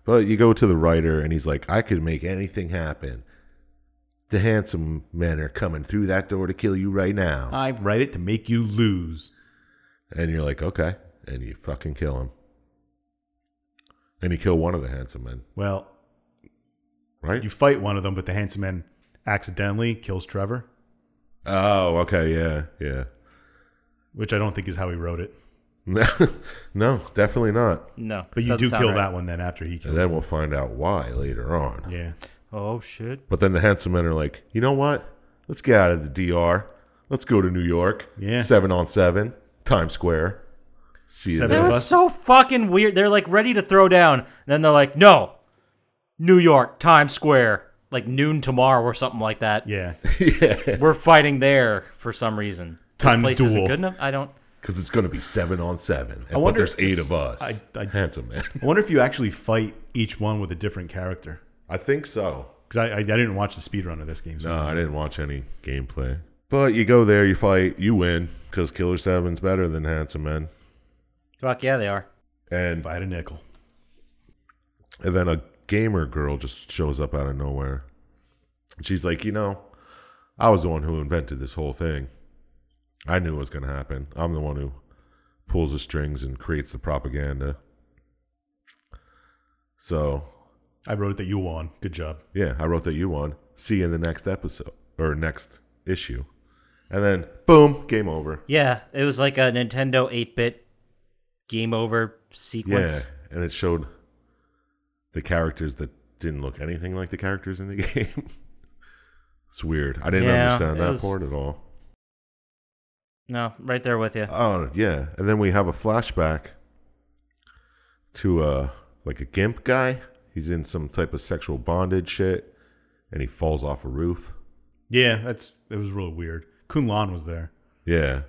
Speaker 2: But you go to the writer and he's like, I could make anything happen. The handsome men are coming through that door to kill you right now.
Speaker 5: I write it to make you lose.
Speaker 2: And you're like, okay. And you fucking kill him. And you kill one of the handsome men,
Speaker 5: Well,
Speaker 2: right?
Speaker 5: you fight one of them, but the handsome man accidentally kills Trevor,
Speaker 2: oh, okay. Yeah. Yeah. [LAUGHS]
Speaker 5: which I don't think is how he wrote it.
Speaker 2: No, no, definitely not.
Speaker 4: No.
Speaker 5: But you
Speaker 4: doesn't
Speaker 5: do
Speaker 4: sound
Speaker 5: kill
Speaker 4: right.
Speaker 5: that one then after he kills.
Speaker 2: And then we'll find out why later on.
Speaker 5: yeah,
Speaker 4: Oh shit.
Speaker 2: But then the handsome men are like, you know what? Let's get out of the DR. Let's go to New York.
Speaker 5: Yeah.
Speaker 2: Seven on seven, Times Square. See you
Speaker 5: Seven
Speaker 4: That
Speaker 2: there.
Speaker 5: of
Speaker 4: was
Speaker 5: us.
Speaker 4: so fucking weird. They're like ready to throw down. And then they're like, no. New York, Times Square, like noon tomorrow or something like that.
Speaker 5: yeah.
Speaker 4: We're fighting there for some reason. This
Speaker 5: Time
Speaker 4: place
Speaker 5: duel.
Speaker 4: isn't good enough. I don't
Speaker 2: Because it's going to be seven on seven. And, but
Speaker 5: wonder
Speaker 2: there's
Speaker 5: if
Speaker 2: eight
Speaker 5: this-
Speaker 2: of us.
Speaker 5: I- I-
Speaker 2: handsome man. [LAUGHS]
Speaker 5: I wonder if you actually fight each one with a different character.
Speaker 2: I think so.
Speaker 5: Because I, I I didn't watch the speed run of this game. So
Speaker 2: No, I didn't watch any gameplay. But you go there, you fight, you win. Because Killer Seven's better than Handsome Men.
Speaker 4: fuck yeah they are.
Speaker 2: And,
Speaker 5: if I had a nickel,
Speaker 2: and then a gamer girl just shows up out of nowhere. And she's like, you know, I was the one who invented this whole thing. I knew it was going to happen. I'm the one who pulls the strings and creates the propaganda. So,
Speaker 5: I wrote it that you won. Good job.
Speaker 2: yeah, I wrote that you won. See you in the next episode or next issue. And then, boom, game over.
Speaker 4: Yeah, it was like a Nintendo 8 bit game over sequence.
Speaker 2: Yeah, and it showed the characters that didn't look anything like the characters in the [LAUGHS] game. it's weird. I didn't
Speaker 4: Yeah,
Speaker 2: understand
Speaker 4: it
Speaker 2: that
Speaker 4: was-
Speaker 2: part at all.
Speaker 4: No, right there with you.
Speaker 2: Oh yeah, and then we have a flashback to uh like a gimp guy. He's in some type of sexual bondage shit, and he falls off a roof.
Speaker 5: Yeah, that's it was really weird. Kun Lan was there.
Speaker 2: Yeah,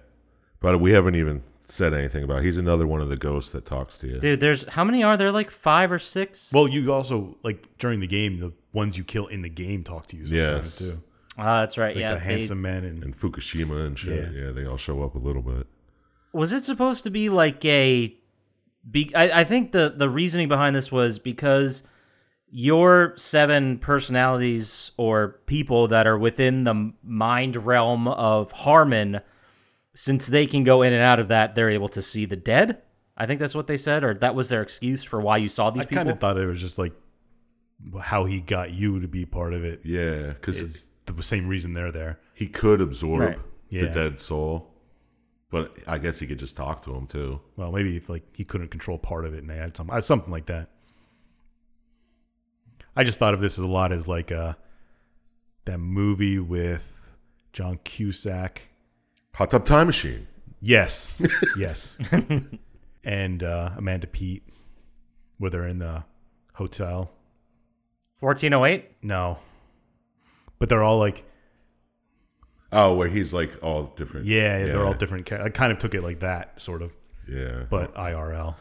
Speaker 2: but we haven't even said anything about. He's another one of the ghosts that talks to you.
Speaker 4: Dude, there's how many are there? Like five or six?
Speaker 5: Well, you also like during the game, the ones you kill in the game talk to you sometimes
Speaker 2: Yes.
Speaker 5: too.
Speaker 4: Ah, that's right.
Speaker 5: Like
Speaker 4: yeah.
Speaker 5: the
Speaker 4: they-
Speaker 5: handsome men and
Speaker 2: and Fukushima and shit.
Speaker 5: Yeah.
Speaker 2: yeah, they all show up a little bit.
Speaker 4: was it supposed to be like a? Be, I, I think the the reasoning behind this was because your seven personalities or people that are within the mind realm of Harmon, since they can go in and out of that, they're able to see the dead. I think that's what they said, or that was their excuse for why you saw these
Speaker 5: I
Speaker 4: people.
Speaker 5: kind of thought it was just like how he got you to be part of it
Speaker 2: Yeah, because
Speaker 5: is the same reason they're there.
Speaker 2: he could absorb
Speaker 4: Right.
Speaker 2: the
Speaker 5: Yeah.
Speaker 2: dead soul, but I guess he could just talk to him too.
Speaker 5: Well, maybe if like he couldn't control part of it and they had some uh, something like that. I just thought of this as a lot as like uh that movie with John Cusack.
Speaker 2: Hot tub time machine.
Speaker 5: Yes. yes. and uh, Amanda Pete, where they're in the hotel.
Speaker 4: Fourteen oh eight.
Speaker 5: No. But they're all like,
Speaker 2: Oh, where he's like all different.
Speaker 5: yeah, they're all different. Char- I kind of took it like that, sort of,
Speaker 2: Yeah,
Speaker 5: but IRL.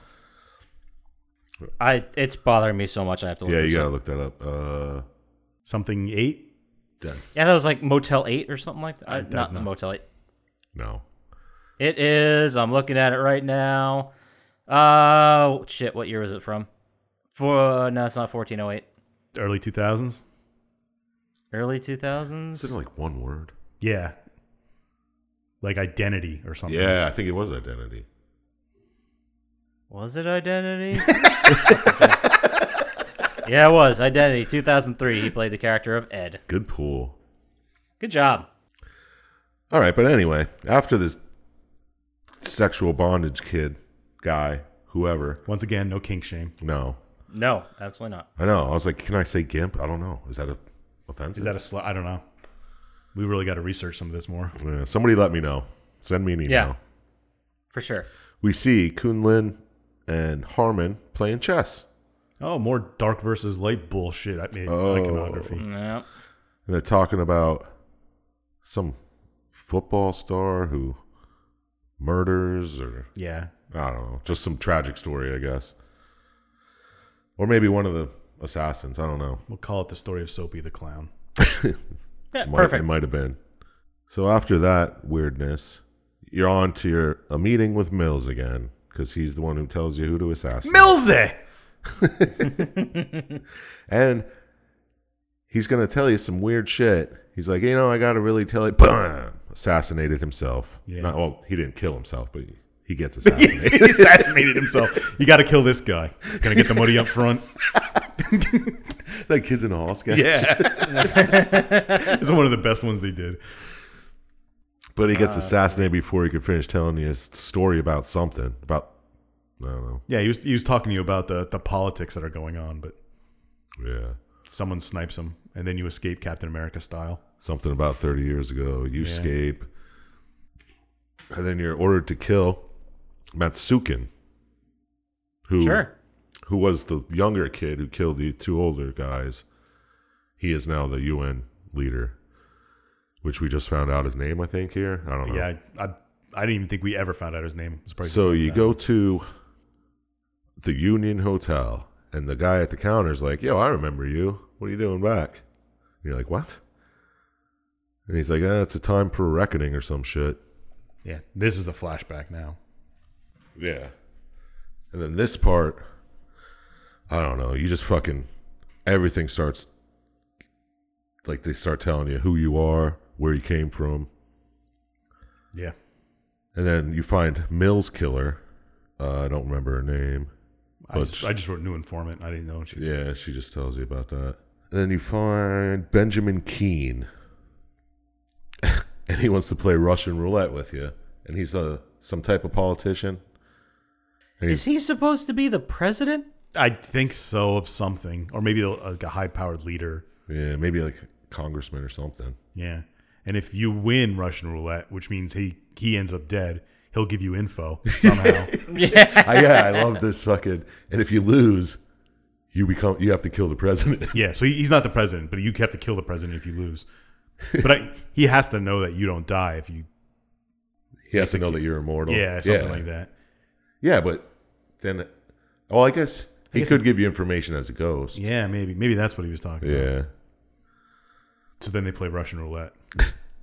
Speaker 4: I it's bothering me so much. I have to. Look
Speaker 2: yeah,
Speaker 4: this
Speaker 2: you
Speaker 4: up.
Speaker 2: gotta look that up. Uh,
Speaker 5: Something eight?
Speaker 2: death.
Speaker 4: Yeah, that was like Motel 8 or something like that. I, not
Speaker 5: know.
Speaker 4: Motel 8.
Speaker 2: No,
Speaker 4: It is. I'm looking at it right now. Uh, shit, what year was it from? For no, it's not 1408.
Speaker 5: Early 2000s?
Speaker 4: Early
Speaker 2: isn't
Speaker 4: 2000s?
Speaker 2: it like one word?
Speaker 5: Yeah. Like identity or something.
Speaker 2: Yeah, I think it was identity.
Speaker 4: Was it
Speaker 2: [LAUGHS]
Speaker 4: Identity? [LAUGHS] yeah, it was. Identity 2003. He played the character of Ed.
Speaker 2: Good pool.
Speaker 4: Good job.
Speaker 2: All right, but anyway, after this sexual bondage kid guy, whoever.
Speaker 5: Once again, no kink shame.
Speaker 2: No,
Speaker 4: No, absolutely not.
Speaker 2: I know. I was like, can I say gimp? I don't know. Is that a offensive?
Speaker 5: Is that a slut? I don't know. We really got to research some of this more.
Speaker 2: Yeah, somebody let me know. Send me an email.
Speaker 4: Yeah. for sure.
Speaker 2: We see Kunlin and Harmon playing chess.
Speaker 5: Oh, more dark versus light bullshit. I mean,
Speaker 2: Oh.
Speaker 5: iconography.
Speaker 4: Yeah.
Speaker 2: And they're talking about some football star who murders or
Speaker 5: Yeah.
Speaker 2: I don't know, just some tragic story, I guess. Or maybe one of the assassins. I don't know.
Speaker 5: We'll call it the story of Soapy the Clown.
Speaker 4: Yeah,
Speaker 2: Might- It
Speaker 4: perfect.
Speaker 2: might have been. So after that weirdness, you're on to your a meeting with Mills again because he's the one who tells you who to assassinate.
Speaker 5: Millsy!
Speaker 2: and he's gonna tell you some weird shit. He's like, you know, I gotta really tell you. Bam! [CLEARS THROAT] Assassinated himself.
Speaker 5: Yeah.
Speaker 2: Not, well, he didn't kill himself, but he, he gets [LAUGHS]
Speaker 5: [LAUGHS]
Speaker 2: assassinated.
Speaker 5: [LAUGHS] he assassinated himself. You got to kill this guy. Gonna get the money
Speaker 2: [LAUGHS]
Speaker 5: up front.
Speaker 2: like kids in a hall sketch.
Speaker 5: [LAUGHS] it's one of the best ones they did.
Speaker 2: But he gets assassinated before he could finish telling you his story about something. About I don't know.
Speaker 5: Yeah, he was he was talking to you about the the politics that are going on, but
Speaker 2: Yeah.
Speaker 5: someone snipes him, and then you escape Captain America style.
Speaker 2: Something about thirty years ago. You escape. And then you're ordered to kill Matsukin. Who
Speaker 4: Sure.
Speaker 2: who was the younger kid who killed the two older guys. He is now the UN leader. Which we just found out his name, I think, here. I don't know.
Speaker 5: Yeah, I, I I didn't even think we ever found out his name. It was probably
Speaker 2: So you go to the Union Hotel, and the guy at the counter is like, "Yo, I remember you. What are you doing back?" And you're like, "What?" And he's like, "Ah, it's a time for reckoning or some shit."
Speaker 5: Yeah, this is a flashback now.
Speaker 2: Yeah. And then this part, I don't know. You just fucking everything starts like they start telling you who you are, where you came from,
Speaker 5: Yeah,
Speaker 2: and then you find Mills killer. Uh, I don't remember her name.
Speaker 5: I
Speaker 2: But-
Speaker 5: just, I just wrote new informant. I didn't know. She,
Speaker 2: Yeah, she just tells you about that. And then you find Benjamin Keene. [LAUGHS] and he wants to play Russian roulette with you. And he's a some type of politician. And
Speaker 4: Is
Speaker 2: he's,
Speaker 4: he supposed to be
Speaker 2: [LAUGHS]
Speaker 4: the president?
Speaker 5: I think so of something, or maybe a, like a high powered leader.
Speaker 2: yeah, maybe like congressman or something.
Speaker 5: Yeah, and if you win Russian roulette, which means he he ends up dead, he'll give you info
Speaker 2: [LAUGHS]
Speaker 5: somehow.
Speaker 2: I, yeah, I love this fucking. And if you lose, you become you have to kill the president. [LAUGHS]
Speaker 5: yeah, so he, he's not the president, but you have to kill the president if you lose. But I, he has to know that you don't die if you
Speaker 2: he has to know that you're immortal.
Speaker 5: yeah something like that.
Speaker 2: Yeah, but then, well, I guess he could give you information as it goes.
Speaker 5: Yeah, maybe maybe that's what he was talking about.
Speaker 2: yeah,
Speaker 5: So then they play Russian roulette.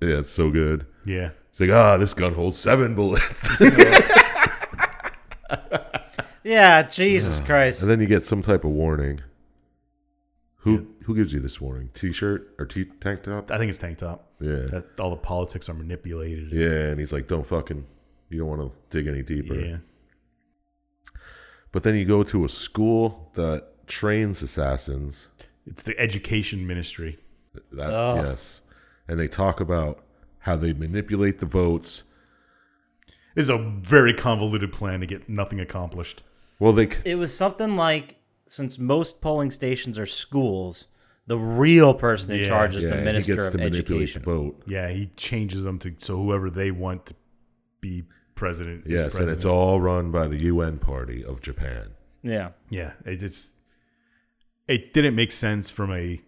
Speaker 2: yeah, it's so good.
Speaker 5: Yeah.
Speaker 2: It's like, ah, this gun holds seven bullets. [LAUGHS]
Speaker 4: Yeah, Jesus Christ.
Speaker 2: and then you get some type of warning. Who who gives you this warning? T shirt or t tank top?
Speaker 5: I think it's tank top.
Speaker 2: Yeah.
Speaker 5: That all the politics are manipulated.
Speaker 2: yeah, and he's like, Don't fucking you don't want to dig any deeper.
Speaker 5: Yeah.
Speaker 2: But then you go to a school that trains assassins.
Speaker 5: It's the education ministry.
Speaker 2: That's
Speaker 4: Ugh.
Speaker 2: yes. And they talk about how they manipulate the votes.
Speaker 5: This is a very convoluted plan to get nothing accomplished.
Speaker 2: Well they
Speaker 4: It was something like since most polling stations are schools, the real person in
Speaker 5: Yeah,
Speaker 4: charge is
Speaker 2: yeah,
Speaker 4: the
Speaker 2: he
Speaker 4: Minister
Speaker 2: gets
Speaker 4: of
Speaker 2: to manipulate the
Speaker 4: Education.
Speaker 2: vote.
Speaker 5: Yeah, he changes them to so whoever they want to be president. is
Speaker 2: Yes, and
Speaker 5: president.
Speaker 2: it's all run by the UN party of Japan.
Speaker 4: Yeah.
Speaker 5: Yeah, it, it's it didn't make sense from a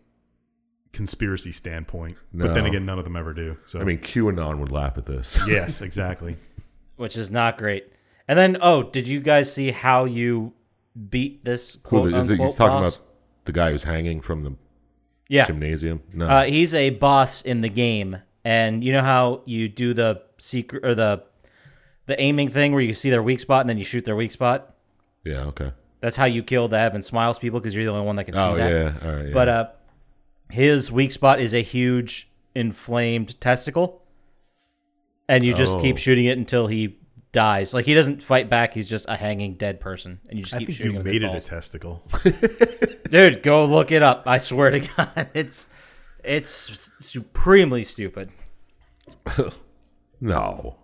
Speaker 5: conspiracy standpoint. But then
Speaker 2: No.
Speaker 5: again, none of them ever do. So
Speaker 2: I mean QAnon would laugh at this.
Speaker 5: [LAUGHS] yes, exactly.
Speaker 4: Which is not great. And then oh, did you guys see how you beat this
Speaker 2: Who
Speaker 4: quote
Speaker 2: the- is it,
Speaker 4: unquote
Speaker 2: you're talking
Speaker 4: boss?
Speaker 2: about [LAUGHS] the guy who's hanging from the
Speaker 4: yeah.
Speaker 2: gymnasium? No.
Speaker 4: Uh, he's a boss in the game, and you know how you do the secret or the the aiming thing where you see their weak spot and then you shoot their weak spot.
Speaker 2: yeah, okay.
Speaker 4: That's how you kill the Evan Smiles people because you're the only one that can see
Speaker 2: Oh,
Speaker 4: that.
Speaker 2: yeah. All right. Yeah.
Speaker 4: But uh, his weak spot is a huge inflamed testicle, and you just keep
Speaker 2: Oh.
Speaker 4: shooting it until he dies. Like he doesn't fight back; he's just a hanging dead person, and you just
Speaker 5: I
Speaker 4: keep
Speaker 5: think
Speaker 4: shooting
Speaker 5: you
Speaker 4: him with
Speaker 5: made it a
Speaker 4: balls.
Speaker 5: testicle.
Speaker 4: Dude, go look it up. I swear to [LAUGHS] God, it's it's supremely stupid.
Speaker 2: no.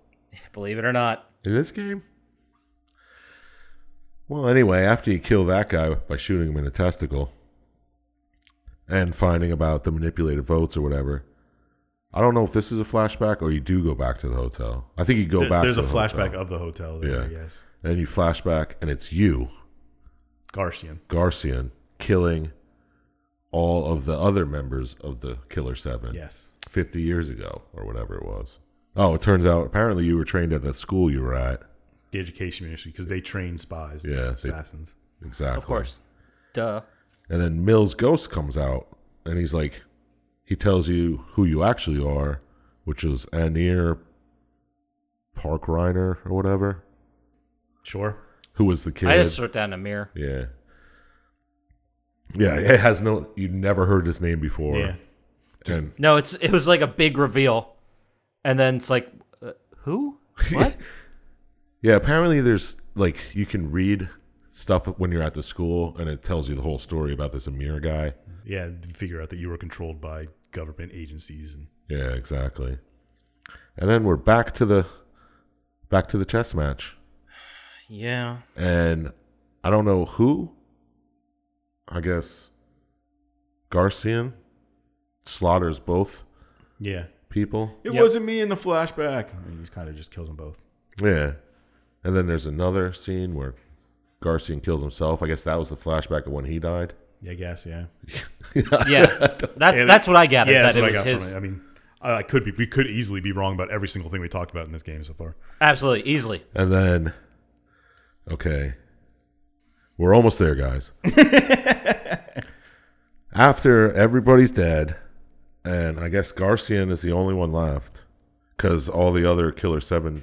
Speaker 4: Believe it or not.
Speaker 2: In this game? Well, anyway, after you kill that guy by shooting him in the testicle and finding about the manipulated votes or whatever, I don't know if this is a flashback or you do go back to the hotel. I think you go
Speaker 5: There-
Speaker 2: back.
Speaker 5: There's
Speaker 2: to
Speaker 5: a
Speaker 2: the
Speaker 5: flashback
Speaker 2: hotel.
Speaker 5: of the hotel there,
Speaker 2: Yeah.
Speaker 5: yes.
Speaker 2: and you flashback, and it's you,
Speaker 5: Garcian.
Speaker 2: Garcian, killing all of the other members of the Killer Seven.
Speaker 5: Yes.
Speaker 2: 50 years ago or whatever it was. Oh, it turns out apparently you were trained at the school you were at.
Speaker 5: The education ministry, because they train spies
Speaker 2: Yeah,
Speaker 5: as
Speaker 2: they-
Speaker 5: assassins.
Speaker 2: Exactly.
Speaker 4: Of course. Duh.
Speaker 2: And then Mill's ghost comes out and he's like, he tells you who you actually are, which is Anir Park Reiner or whatever,
Speaker 5: Sure.
Speaker 2: who was the kid.
Speaker 4: I just wrote down a mirror.
Speaker 2: yeah. Yeah, it has no, you never heard his name before.
Speaker 5: yeah.
Speaker 2: and
Speaker 4: No, it's it was like a big reveal, and then it's like, uh,
Speaker 5: [LAUGHS]
Speaker 4: who? What?
Speaker 2: Yeah, apparently there's like you can read stuff when you're at the school and it tells you the whole story about this Amir guy.
Speaker 5: Yeah. to Figure out that you were controlled by government agencies and
Speaker 2: Yeah, exactly. And then we're back to the back to the chess match.
Speaker 4: yeah.
Speaker 2: And I don't know who I guess Garcian slaughters both
Speaker 5: Yeah.
Speaker 2: people.
Speaker 5: It
Speaker 4: Yep.
Speaker 5: wasn't me in the flashback. And he kind of just kills them both.
Speaker 2: Yeah. And then there's another scene where Garcian kills himself. I guess that was the flashback of when he died.
Speaker 5: Yeah, I guess, yeah. [LAUGHS]
Speaker 4: Yeah. That's that's what I gathered.
Speaker 5: yeah,
Speaker 4: that
Speaker 5: that's
Speaker 4: it
Speaker 5: what I
Speaker 4: was
Speaker 5: got
Speaker 4: his.
Speaker 5: from it. I mean, I, I could be we could easily be wrong about every single thing we talked about in this game so far.
Speaker 4: Absolutely, easily.
Speaker 2: And then, okay, we're almost there, guys. After everybody's dead, and I guess Garcian is the only one left because all the other Killer Seven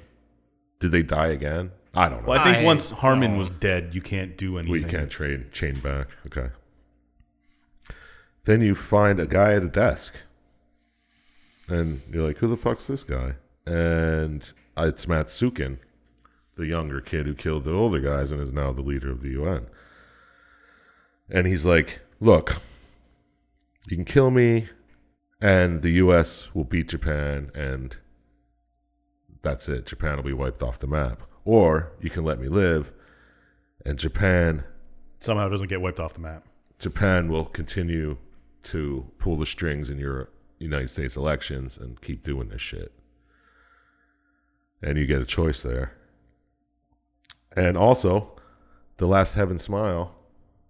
Speaker 2: did they die again? I don't know.
Speaker 5: Well, I think
Speaker 4: I
Speaker 5: once Harmon was dead, you can't do anything.
Speaker 2: We can't trade chain back. Okay. Then you find a guy at a desk, and you're like, "Who the fuck's this guy?" And uh, it's Matsukin, the younger kid who killed the older guys and is now the leader of the UN. And he's like, "Look, you can kill me, and the U.S. will beat Japan, and that's it. Japan will be wiped off the map. Or you can let me live." and Japan
Speaker 5: Somehow it doesn't get wiped off the map.
Speaker 2: Japan will continue to pull the strings in your United States elections and keep doing this shit. And you get a choice there. And also, the last heaven smile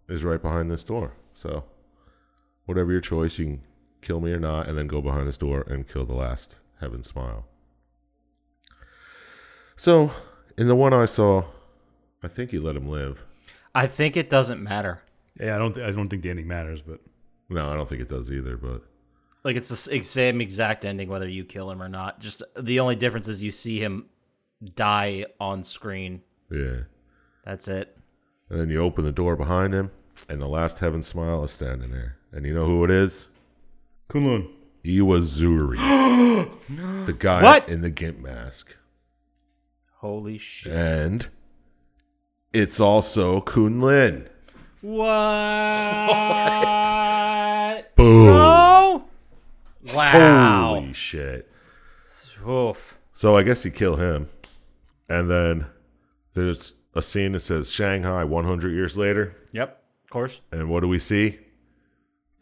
Speaker 2: is right behind this door. So, whatever your choice, you can kill me or not, and then go behind this door and kill the last heaven smile. So, in the one I saw, I think he let him live.
Speaker 4: I think it doesn't matter.
Speaker 5: Yeah, I don't. Th- I don't think the ending matters, but
Speaker 2: No, I don't think it does either, but
Speaker 4: Like it's the s- ex- same exact ending whether you kill him or not. Just the only difference is you see him die on screen.
Speaker 2: yeah.
Speaker 4: That's it.
Speaker 2: And then you open the door behind him, and the last heaven smile is standing there. And you know who it is?
Speaker 5: Kunlun.
Speaker 2: Iwazuri. [GASPS] the guy
Speaker 4: What?
Speaker 2: in the gimp mask.
Speaker 5: [LAUGHS]
Speaker 4: Holy shit!
Speaker 2: And it's also Kunlin.
Speaker 4: What? what?
Speaker 2: Boom.
Speaker 4: [LAUGHS] Oh! Wow.
Speaker 2: Holy shit.
Speaker 4: Oof.
Speaker 2: So I guess you kill him. And then there's a scene that says Shanghai 100 years later.
Speaker 4: Yep. Of course.
Speaker 2: And what do we see?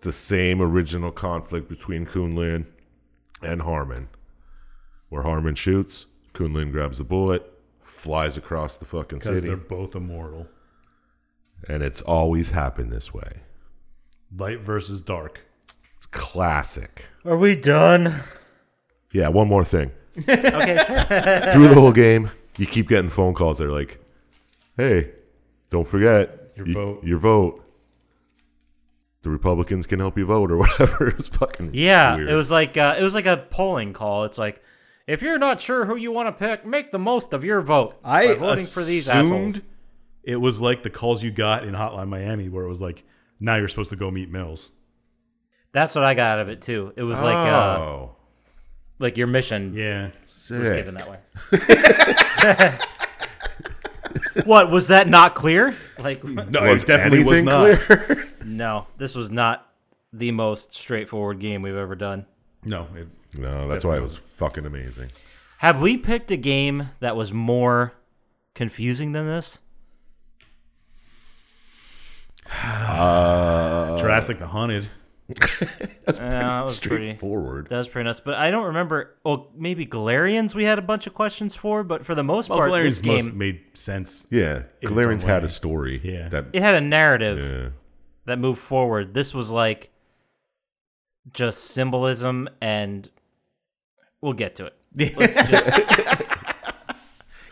Speaker 2: The same original conflict between Kunlin and Harmon. Where Harmon shoots, Kunlin grabs the bullet, flies across the fucking
Speaker 5: Because
Speaker 2: city.
Speaker 5: they're both immortal.
Speaker 2: And it's always happened this way.
Speaker 5: Light versus dark.
Speaker 2: It's classic.
Speaker 4: Are we done?
Speaker 2: Yeah, one more
Speaker 4: [LAUGHS]
Speaker 2: thing. okay, Through the whole game, you keep getting phone calls that are like, hey, don't forget
Speaker 5: Your
Speaker 2: y-
Speaker 5: vote."
Speaker 2: Your vote. The Republicans can help you vote or whatever. [LAUGHS] It's fucking
Speaker 4: Yeah,
Speaker 2: weird.
Speaker 4: it was like uh, it was like a polling call. It's like if you're not sure who you want to pick, make the most of your vote. by voting for these assholes.
Speaker 5: assumed It was like the calls you got in Hotline Miami, where it was like, "Now you're supposed to go meet Mills."
Speaker 4: That's what I got out of it too. It was like uh,
Speaker 2: oh,
Speaker 4: like your mission
Speaker 5: Yeah,
Speaker 4: was
Speaker 2: sick.
Speaker 4: given that way. [LAUGHS] what was that not clear? Like [LAUGHS]
Speaker 5: no,
Speaker 2: was
Speaker 5: it definitely was
Speaker 2: anything
Speaker 5: not.
Speaker 2: clear?
Speaker 4: no, this was not the most straightforward game we've ever done.
Speaker 5: No, it,
Speaker 2: No, that's why it was fucking amazing.
Speaker 4: Have we picked a game that was more confusing than
Speaker 2: [LAUGHS]
Speaker 4: this?
Speaker 5: Uh, Jurassic the Hunted.
Speaker 2: That's pretty
Speaker 4: that Uh, was pretty-
Speaker 2: straightforward.
Speaker 4: That was pretty nuts, but I don't remember. Well, maybe Galarians we had a bunch of questions for, but for the most part, this
Speaker 5: Galarian's most
Speaker 4: game
Speaker 5: made sense.
Speaker 2: yeah,
Speaker 5: its
Speaker 2: Galarian's
Speaker 5: own
Speaker 2: had
Speaker 5: way.
Speaker 2: a story.
Speaker 5: Yeah.
Speaker 2: that
Speaker 4: it had a narrative
Speaker 2: yeah.
Speaker 4: that moved forward. This was like just symbolism, and we'll
Speaker 5: [LAUGHS]
Speaker 4: get to it. Let's just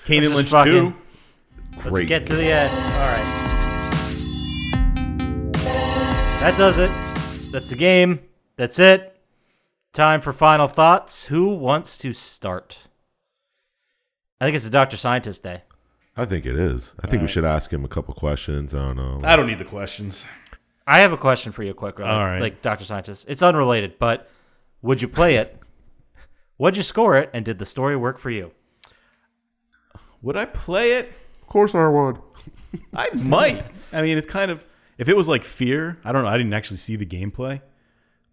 Speaker 5: Kane and Lynch
Speaker 4: Let's just
Speaker 5: two.
Speaker 4: let's
Speaker 2: Great
Speaker 4: get to the end. All right, that does it. That's the game. That's it. Time for final thoughts. Who wants to start? I think it's a Doctor Scientist Day.
Speaker 2: I think it is. I think we should ask him a couple questions on. Um,
Speaker 5: I don't need the questions.
Speaker 4: I have a question for you, quick. All
Speaker 5: All right.
Speaker 4: Like Doctor Scientist, it's unrelated, but would you play it? Would you score it? And did the story work for you?
Speaker 5: Would I play it?
Speaker 2: of course, R one.
Speaker 5: I
Speaker 4: [LAUGHS]
Speaker 5: might. I mean, it's kind of if it was like Fear. I don't know. I didn't actually see the gameplay,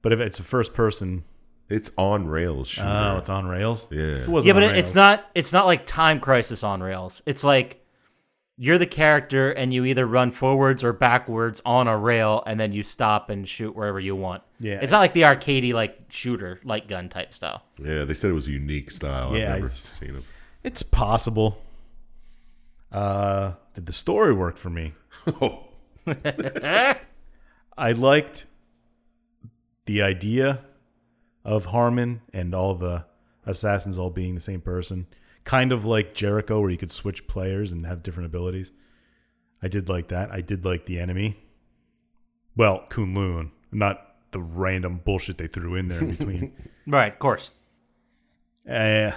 Speaker 5: but if it's a first person,
Speaker 2: It's on rails. Shooter.
Speaker 5: oh, it's on rails.
Speaker 2: Yeah.
Speaker 5: If it wasn't
Speaker 4: Yeah, but
Speaker 5: on
Speaker 4: it it's
Speaker 5: rails-
Speaker 4: not. It's not like Time Crisis on rails. It's like you're the character, and you either run forwards or backwards on a rail, and then you stop and shoot wherever you want.
Speaker 5: Yeah.
Speaker 4: It's not like the arcadey like shooter, light gun type style.
Speaker 2: yeah, they said it was a unique style.
Speaker 5: Yeah,
Speaker 2: I've never
Speaker 5: it's-
Speaker 2: seen it.
Speaker 5: It's possible. Uh, did the story work for me?
Speaker 2: Oh,
Speaker 5: I liked the idea of Harmon and all the assassins all being the same person, kind of like Jericho, where you could switch players and have different abilities. I did like that. I did like the enemy. Well, Kunlun, not the random bullshit they threw in there in between.
Speaker 4: Right. Of course.
Speaker 5: Uh,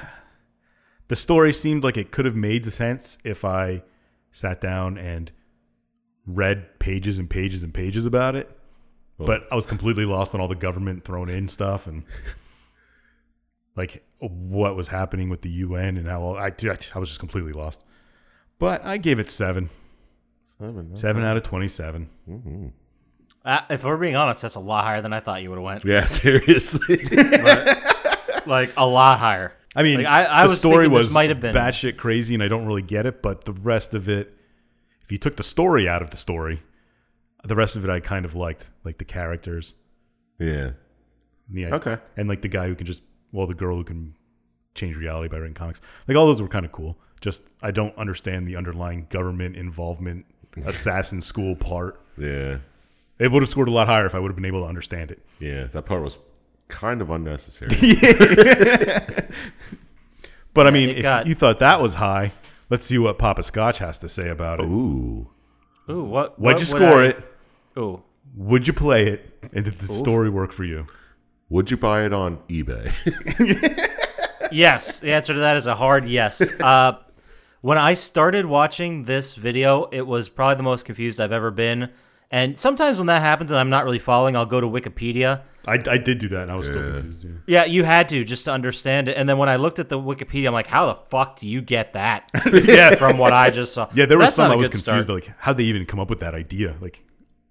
Speaker 5: the story seemed like it could have made sense if I sat down and read pages and pages and pages about it. But I was completely lost on all the government thrown in stuff and like what was happening with the UN and how all, I, dude, I I was just completely lost. But I gave it seven,
Speaker 2: seven.
Speaker 5: seven out of twenty-seven.
Speaker 4: Uh, if we're being honest, that's a lot higher than I thought you would have went.
Speaker 2: Yeah, [LAUGHS] seriously.
Speaker 4: Like a lot higher.
Speaker 5: I mean,
Speaker 4: Like, I- I
Speaker 5: the
Speaker 4: was
Speaker 5: story
Speaker 4: thinking this
Speaker 5: was
Speaker 4: might have been-
Speaker 5: batshit crazy, and I don't really get it. But the rest of it, if you took the story out of the story, the rest of it I kind of liked, like the characters,
Speaker 2: yeah.
Speaker 5: and the,
Speaker 2: Okay.
Speaker 5: and like the guy who can just, well, the girl who can change reality by writing comics. Like all those were kind of cool. Just I don't understand the underlying government
Speaker 2: [LAUGHS]
Speaker 5: involvement, assassin school part.
Speaker 2: Yeah.
Speaker 5: It would have scored a lot higher if I would have been able to understand it.
Speaker 2: Yeah. That part was kind of [LAUGHS] unnecessary.
Speaker 5: But I mean,
Speaker 4: it
Speaker 5: if
Speaker 4: got-
Speaker 5: you thought that was high, let's see what Papa Scotch has to say about it.
Speaker 2: Ooh.
Speaker 4: Ooh, what?
Speaker 5: Why'd
Speaker 4: what
Speaker 5: you
Speaker 4: would
Speaker 5: score
Speaker 4: I-
Speaker 5: it?
Speaker 4: Ooh,
Speaker 5: Would you play it? And did the story work for you?
Speaker 2: Would you buy it on eBay? [LAUGHS]
Speaker 4: yes. The answer to that is a hard yes. Uh, when I started watching this video, it was probably the most confused I've ever been. And sometimes when that happens and I'm not really following, I'll go to Wikipedia.
Speaker 5: I, I did do that, and I was still confused. yeah.
Speaker 4: Yeah, you had to just to understand it. And then when I looked at the Wikipedia, I'm like, how the fuck do you get that
Speaker 5: [LAUGHS] Yeah.
Speaker 4: from what I just saw?
Speaker 5: Yeah, there was
Speaker 4: That's
Speaker 5: some
Speaker 4: not
Speaker 5: I
Speaker 4: a
Speaker 5: was
Speaker 4: good
Speaker 5: confused.
Speaker 4: start.
Speaker 5: Like, how'd they even come up with that idea? Like,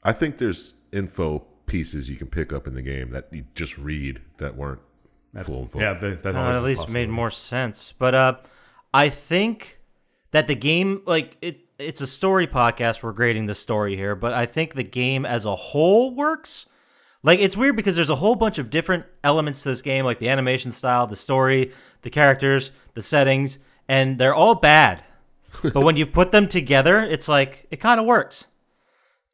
Speaker 2: I think there's info pieces you can pick up in the game that you just read that weren't full info.
Speaker 5: yeah, that, that
Speaker 4: Uh,
Speaker 5: always
Speaker 4: at
Speaker 5: was
Speaker 4: least
Speaker 5: possible.
Speaker 4: made more sense. But uh, I think that the game, like it, it's a story podcast. We're grading the story here, but I think the game as a whole works. Like it's weird because there's a whole bunch of different elements to this game, like the animation style, the story, the characters, the settings, and they're
Speaker 5: [LAUGHS]
Speaker 4: all bad. but when you put them together, it's like it kind of works.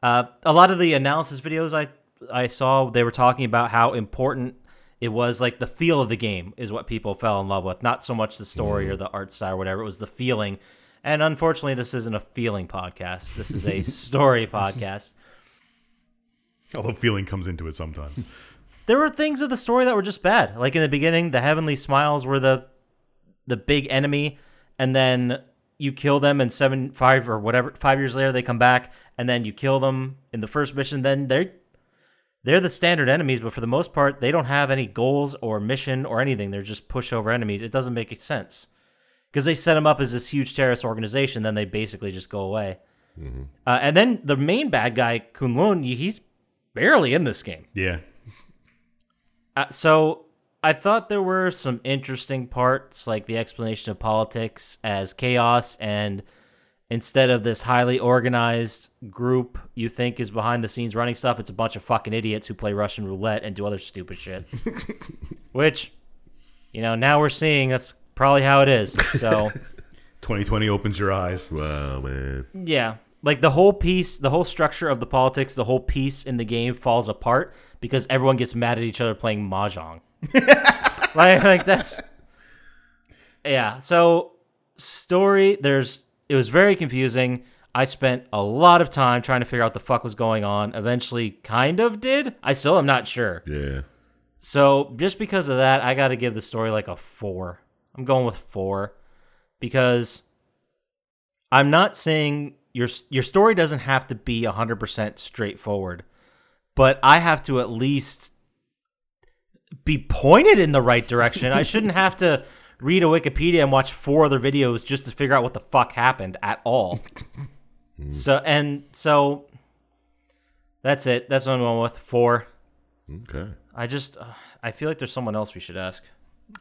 Speaker 4: Uh, a lot of the analysis videos I I saw, they were talking about how important it was. Like the feel of the game is what people fell in love with, not so much the story or the art style or whatever. It was the feeling. And unfortunately, this isn't a feeling podcast. This is a story podcast.
Speaker 5: Although feeling comes into it sometimes. [LAUGHS]
Speaker 4: there were things of the story that were just bad. Like in the beginning, the Heavenly Smiles were the the big enemy, and then you kill them, and seven, five, or whatever, five years later they come back, and then you kill them in the first mission. Then they're they're the standard enemies, but for the most part, they don't have any goals or mission or anything. They're just pushover enemies. It doesn't make sense because they set them up as this huge terrorist organization, then they basically just go away. Uh, and then the main bad guy, Kunlun, he's barely in this game.
Speaker 5: yeah,
Speaker 4: Uh, so I thought there were some interesting parts, like the explanation of politics as chaos and instead of this highly organized group you think is behind the scenes running stuff, it's a bunch of fucking idiots who play Russian roulette and do other stupid shit. Which, you know, now we're seeing that's probably how it is. So,
Speaker 5: 2020 opens your eyes.
Speaker 2: Wow, man.
Speaker 4: yeah. Like the whole piece, the whole structure of the politics, the whole piece in the game falls apart because everyone gets mad at each other playing mahjong. [LAUGHS] like, like that's yeah. So story, there's it was very confusing. I spent a lot of time trying to figure out the fuck was going on. Eventually, kind of did. I still am not sure.
Speaker 2: Yeah.
Speaker 4: So just because of that, I got to give the story like a four. I'm going with four because I'm not saying your your story doesn't have to be 100% straightforward, but I have to at least be pointed in the right direction. I shouldn't have to read a Wikipedia and watch four other videos just to figure out what the fuck happened at all. so and so that's it. That's what I'm going with four.
Speaker 2: Okay.
Speaker 4: I just uh, I feel like there's someone else we should ask.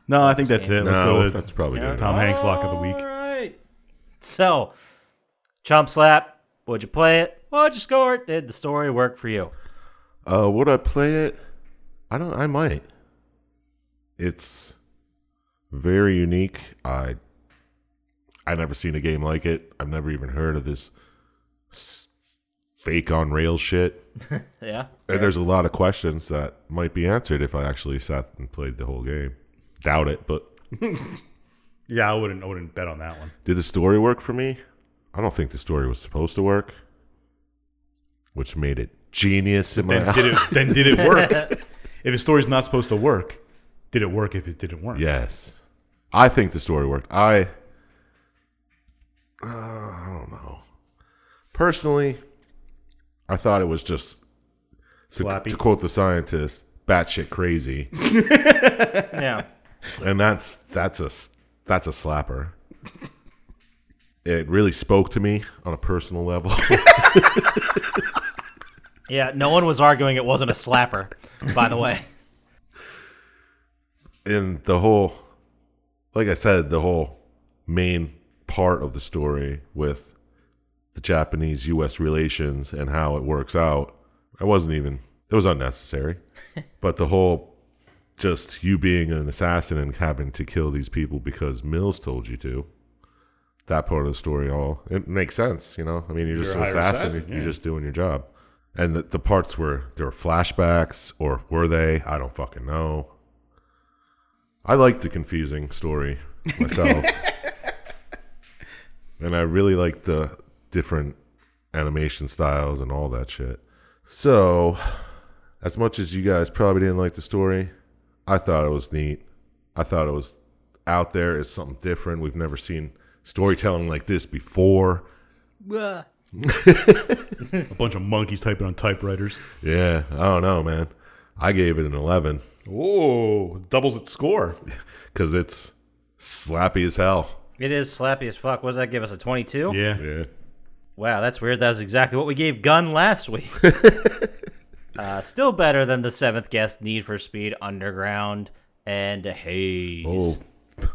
Speaker 5: No, I think that's it. Let's
Speaker 2: no,
Speaker 5: go to
Speaker 2: that's probably good.
Speaker 5: Tom Hanks lock of the week.
Speaker 4: right. So, Chomp Slap, would you play it? What'd you score? it? Did the story work for you?
Speaker 2: Uh, would I play it? I don't. I might. It's very unique. I I never seen a game like it. I've never even heard of this s- fake on rail shit.
Speaker 4: Yeah.
Speaker 2: And there's a lot of questions that might be answered if I actually sat and played the whole game. Doubt it, but
Speaker 5: Yeah, I wouldn't. I wouldn't bet on that [LAUGHS] one.
Speaker 2: Did the story work for me? I don't think the story was supposed to work, which made it genius in my
Speaker 5: Then did it? Then did it work? [LAUGHS] if a story's not supposed to work, did it work? If it didn't
Speaker 2: [LAUGHS]
Speaker 5: work,
Speaker 2: Yes, I think the story worked. I, uh, I don't know. Personally, I thought it was just to,
Speaker 5: Slappy.
Speaker 2: to quote the scientist, "batshit
Speaker 5: [LAUGHS]
Speaker 2: crazy,"
Speaker 4: Yeah.
Speaker 2: and that's that's a s- that's a slapper. It really spoke to me on a personal level.
Speaker 4: [LAUGHS]
Speaker 2: [LAUGHS]
Speaker 4: yeah. No one was arguing it wasn't a slapper, by the way.
Speaker 2: and the whole like i said the whole main part of the story with the japanese us relations and how it works out i wasn't even it was unnecessary but the whole just you being an assassin and having to kill these people because mills told you to that part of the story all it makes sense you know i mean you're just
Speaker 5: You're a
Speaker 2: an
Speaker 5: hired
Speaker 2: assassin,
Speaker 5: assassin,
Speaker 2: you're
Speaker 5: yeah.
Speaker 2: just doing your job and the, the parts where there were flashbacks or were they i don't fucking know I like the confusing story myself. and I really like the different animation styles and all that shit. So, as much as you guys probably didn't like the story, I thought it was neat. I thought it was out there as something different. We've never seen storytelling like this before.
Speaker 5: a bunch of monkeys typing on typewriters.
Speaker 2: Yeah, I don't know, man. I gave it an 11
Speaker 5: Oh, doubles its score.
Speaker 2: because it's slappy as hell.
Speaker 4: It is slappy as fuck. What does that give us? A 22?
Speaker 5: Yeah. [LAUGHS]
Speaker 2: Yeah.
Speaker 4: Wow, that's weird. That was exactly what we gave Gun
Speaker 5: [LAUGHS]
Speaker 4: last week. uh, still better than the seventh guest, Need for Speed Underground and Haze.
Speaker 2: Oh,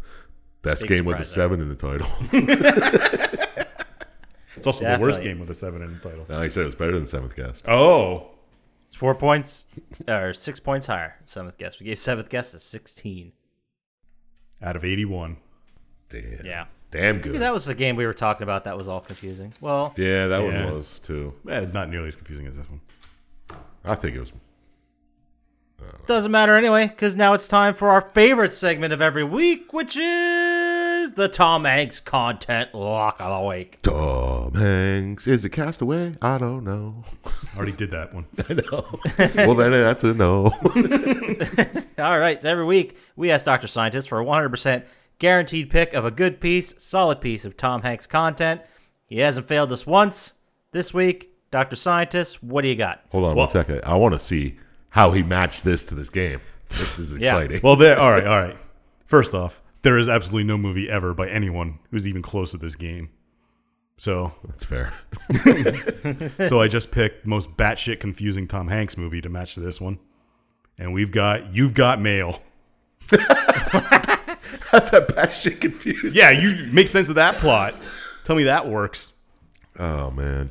Speaker 2: best
Speaker 4: Big
Speaker 2: game with a
Speaker 4: surprise there.
Speaker 2: seven in the title. [LAUGHS]
Speaker 5: It's also the worst
Speaker 4: Definitely.
Speaker 5: game with a seven in the title.
Speaker 2: like I said, it was better than seventh guest.
Speaker 5: Oh,
Speaker 4: It's four points or six points higher. Seventh guess. We gave seventh guess a sixteen.
Speaker 5: out of eighty-one.
Speaker 2: Damn.
Speaker 4: Yeah.
Speaker 2: Damn good.
Speaker 4: Maybe that was the game we were talking about that was all confusing. Well,
Speaker 2: yeah, that
Speaker 5: Yeah.
Speaker 2: one was too.
Speaker 5: Eh, not nearly as confusing as this one.
Speaker 2: I think it was.
Speaker 4: doesn't matter anyway, because now it's time for our favorite segment of every week, which is the Tom Hanks content lock of the week.
Speaker 2: Tom Hanks is a castaway. I don't know.
Speaker 5: Already did
Speaker 2: [LAUGHS]
Speaker 5: that one.
Speaker 2: well, then that's a no.
Speaker 4: All right, so every week we ask Dr. Scientist for a 100% guaranteed pick of a good piece, solid piece of Tom Hanks content. He hasn't failed us once. This week, Dr. Scientist, what do you got?
Speaker 2: [LAUGHS] Hold on
Speaker 5: Well-
Speaker 2: one second. I want to see how he matched this to this game. This is exciting.
Speaker 5: Well, there. All right, all right. First off, there is absolutely no movie ever by anyone who's even close to this game.
Speaker 2: [LAUGHS]
Speaker 5: So,
Speaker 2: That's fair.
Speaker 5: so I just picked most batshit confusing Tom Hanks movie to match to this one, and we've got you've got mail.
Speaker 2: That's a bad shit confused.
Speaker 5: Yeah, you make sense of that plot. Tell me that works.
Speaker 2: [LAUGHS] Oh man,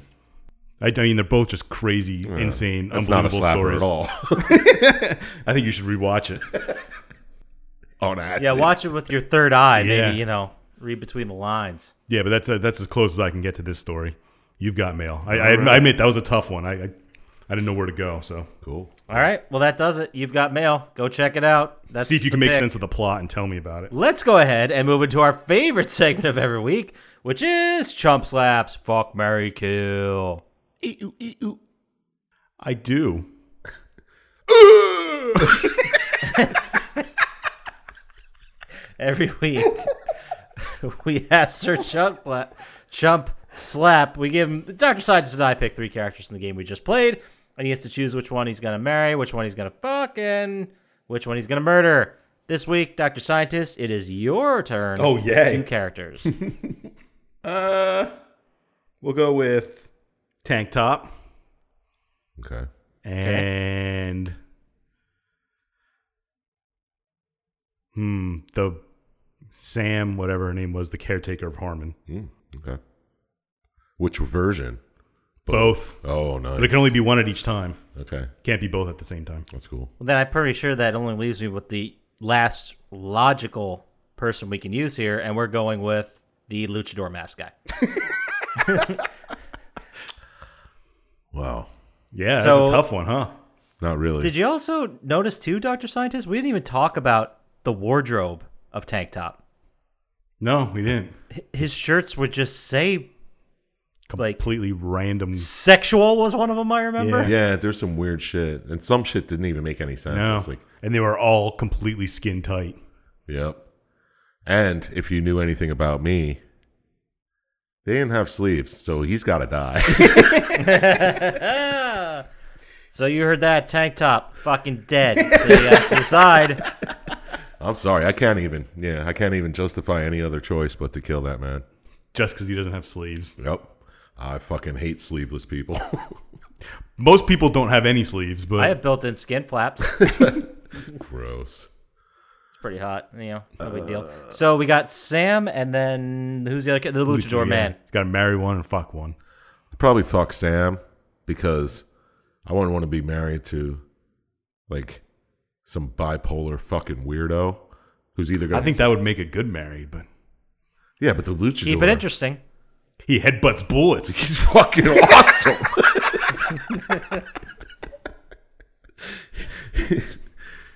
Speaker 5: I, I mean, they're both just crazy, insane,
Speaker 2: that's not a
Speaker 5: unbelievable
Speaker 2: slapper
Speaker 5: stories.
Speaker 2: at all.
Speaker 5: I think you should rewatch it.
Speaker 2: On acid.
Speaker 4: Yeah, watch it with your third eye.
Speaker 5: Yeah.
Speaker 4: Maybe you know, read between the lines.
Speaker 5: yeah, but that's that's as close as I can get to this story. You've got mail. I, I, I admit that was a tough one. I, I I didn't know where to go. So
Speaker 2: Cool.
Speaker 4: All right, well that does it. You've got mail. Go check it out. That's
Speaker 5: see if you
Speaker 4: the
Speaker 5: can make
Speaker 4: pick.
Speaker 5: sense of the plot and tell me about it.
Speaker 4: Let's go ahead and move into our favorite [LAUGHS] segment of every week, which is Chump Slaps Fuck Mary Kill.
Speaker 5: I do.
Speaker 4: Every week, [LAUGHS] we ask Sir Chump, Pla- Chump Slap. We give him, Dr. Scientist and I pick three characters in the game we just played, and he has to choose which one he's going to marry, which one he's going to fuck, and which one he's going to murder. This week, Dr. Scientist, it is your turn.
Speaker 5: Oh, yay. [LAUGHS]
Speaker 4: Two characters.
Speaker 5: Uh, we'll go with tank top
Speaker 2: Okay.
Speaker 5: and hmm the Sam whatever her name was the caretaker of Harmon.
Speaker 2: Mm, okay. Which version?
Speaker 5: Both.
Speaker 2: Oh, nice.
Speaker 5: But it can only be one at each time.
Speaker 2: okay,
Speaker 5: Can't be both at the same time.
Speaker 2: that's cool.
Speaker 4: Well, then I'm pretty sure that only leaves me with the last logical person we can use here, and we're going with the luchador mask guy.
Speaker 2: Wow.
Speaker 5: Yeah,
Speaker 4: So-
Speaker 5: that's a tough one, huh?
Speaker 2: Not really.
Speaker 4: Did you also notice too, Doctor Scientist? We didn't even talk about the wardrobe of Tank Top.
Speaker 5: No, we didn't.
Speaker 4: H- His shirts would just say Like-
Speaker 5: Completely random.
Speaker 4: "sexual" was one of them. I remember.
Speaker 2: yeah, there's some weird shit, and some shit didn't even make any sense.
Speaker 5: No.
Speaker 2: It's like,
Speaker 5: and they were all completely skin tight.
Speaker 2: yep. And if you knew anything about me, they didn't have sleeves, so he's got to die.
Speaker 4: So you heard that Tank Top fucking dead. So you have to decide.
Speaker 2: I'm sorry, I can't even. Yeah, I can't even justify any other choice but to kill that man.
Speaker 5: Just because he doesn't have sleeves.
Speaker 2: Yep. I fucking hate sleeveless people. [LAUGHS]
Speaker 5: Most people don't have any sleeves, but
Speaker 4: I have built-in skin flaps.
Speaker 2: Gross.
Speaker 4: It's pretty hot. You know, no big deal.
Speaker 2: Uh,
Speaker 4: So we got Sam, and then who's the other? kid? The luchador man.
Speaker 5: He's got to marry one and fuck one.
Speaker 2: probably fuck Sam because I wouldn't want to be married to like some bipolar fucking weirdo who's either going
Speaker 5: I think that would make a good married, but
Speaker 2: yeah, but the luchador
Speaker 4: Keep it interesting.
Speaker 5: he headbutts bullets.
Speaker 2: He's fucking awesome.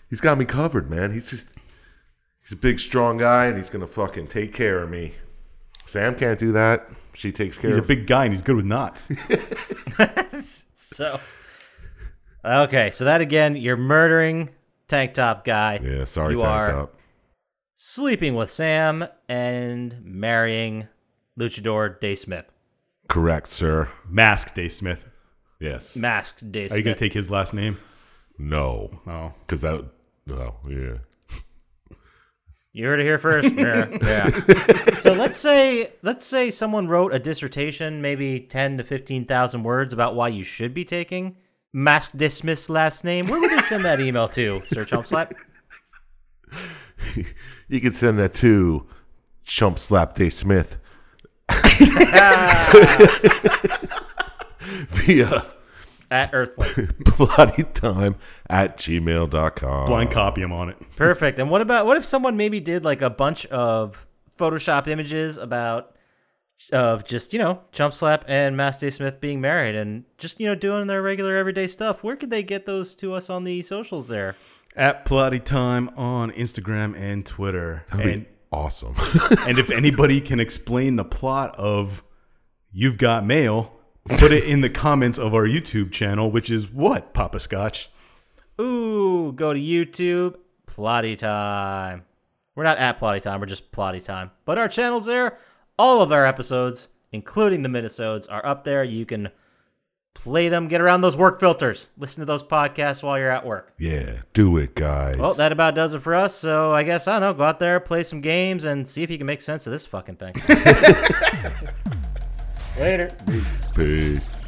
Speaker 2: he's got me covered, man. He's just he's a big strong guy and he's going to fucking take care of me. Sam can't do that. She takes care
Speaker 5: [LAUGHS] He's a
Speaker 2: of
Speaker 5: big guy and he's good with knots.
Speaker 4: So, okay, so that again, you're murdering tank top guy.
Speaker 2: Yeah, sorry,
Speaker 4: You
Speaker 2: Tank
Speaker 4: are-
Speaker 2: Top.
Speaker 4: Sleeping with Sam and marrying Luchador Day Smith,
Speaker 2: Correct, sir.
Speaker 5: Mask Day Smith.
Speaker 2: Yes.
Speaker 4: masked Day
Speaker 5: Are you
Speaker 4: Smith.
Speaker 5: going to take his last name?
Speaker 2: No.
Speaker 5: Oh.
Speaker 2: Because that, oh yeah,
Speaker 4: You heard it
Speaker 5: [LAUGHS]
Speaker 4: here first. yeah. yeah. So let's say let's say someone wrote a dissertation, maybe ten to fifteen thousand words, about why you should be taking masked Day Smith's last name. Where would they send that email to, Sir Chumpslap?
Speaker 2: you can send that to Chump Slap Day
Speaker 5: [LAUGHS]
Speaker 2: Smith [LAUGHS] via
Speaker 4: At Earthling.
Speaker 2: bloodytime at gmail.com.
Speaker 5: Blind copy him on it.
Speaker 4: Perfect. And what about what if someone maybe did like a bunch of Photoshop images about of just you know Chump Slap and Mass Day Smith being married and just you know doing their regular everyday stuff? Where could they get those to us on the socials? There,
Speaker 5: At Plotty Time on Instagram and Twitter. And,
Speaker 2: Awesome. [LAUGHS]
Speaker 5: and if anybody can explain the plot of You've Got Mail, put it in the comments of our YouTube channel, which is what, Papa Scotch?
Speaker 4: ooh, go to YouTube, Plotty Time. We're not at Plotty Time. We're just Plotty Time. But our channels there, all of our episodes, including the minisodes, are up there. You can play them, get around those work filters, listen to those podcasts while you're at work.
Speaker 2: yeah, do it, guys.
Speaker 4: Well, that about does it for us. So I guess I don't know. Go out there, play some games, and see if you can make sense of this fucking thing. Later.
Speaker 2: Peace.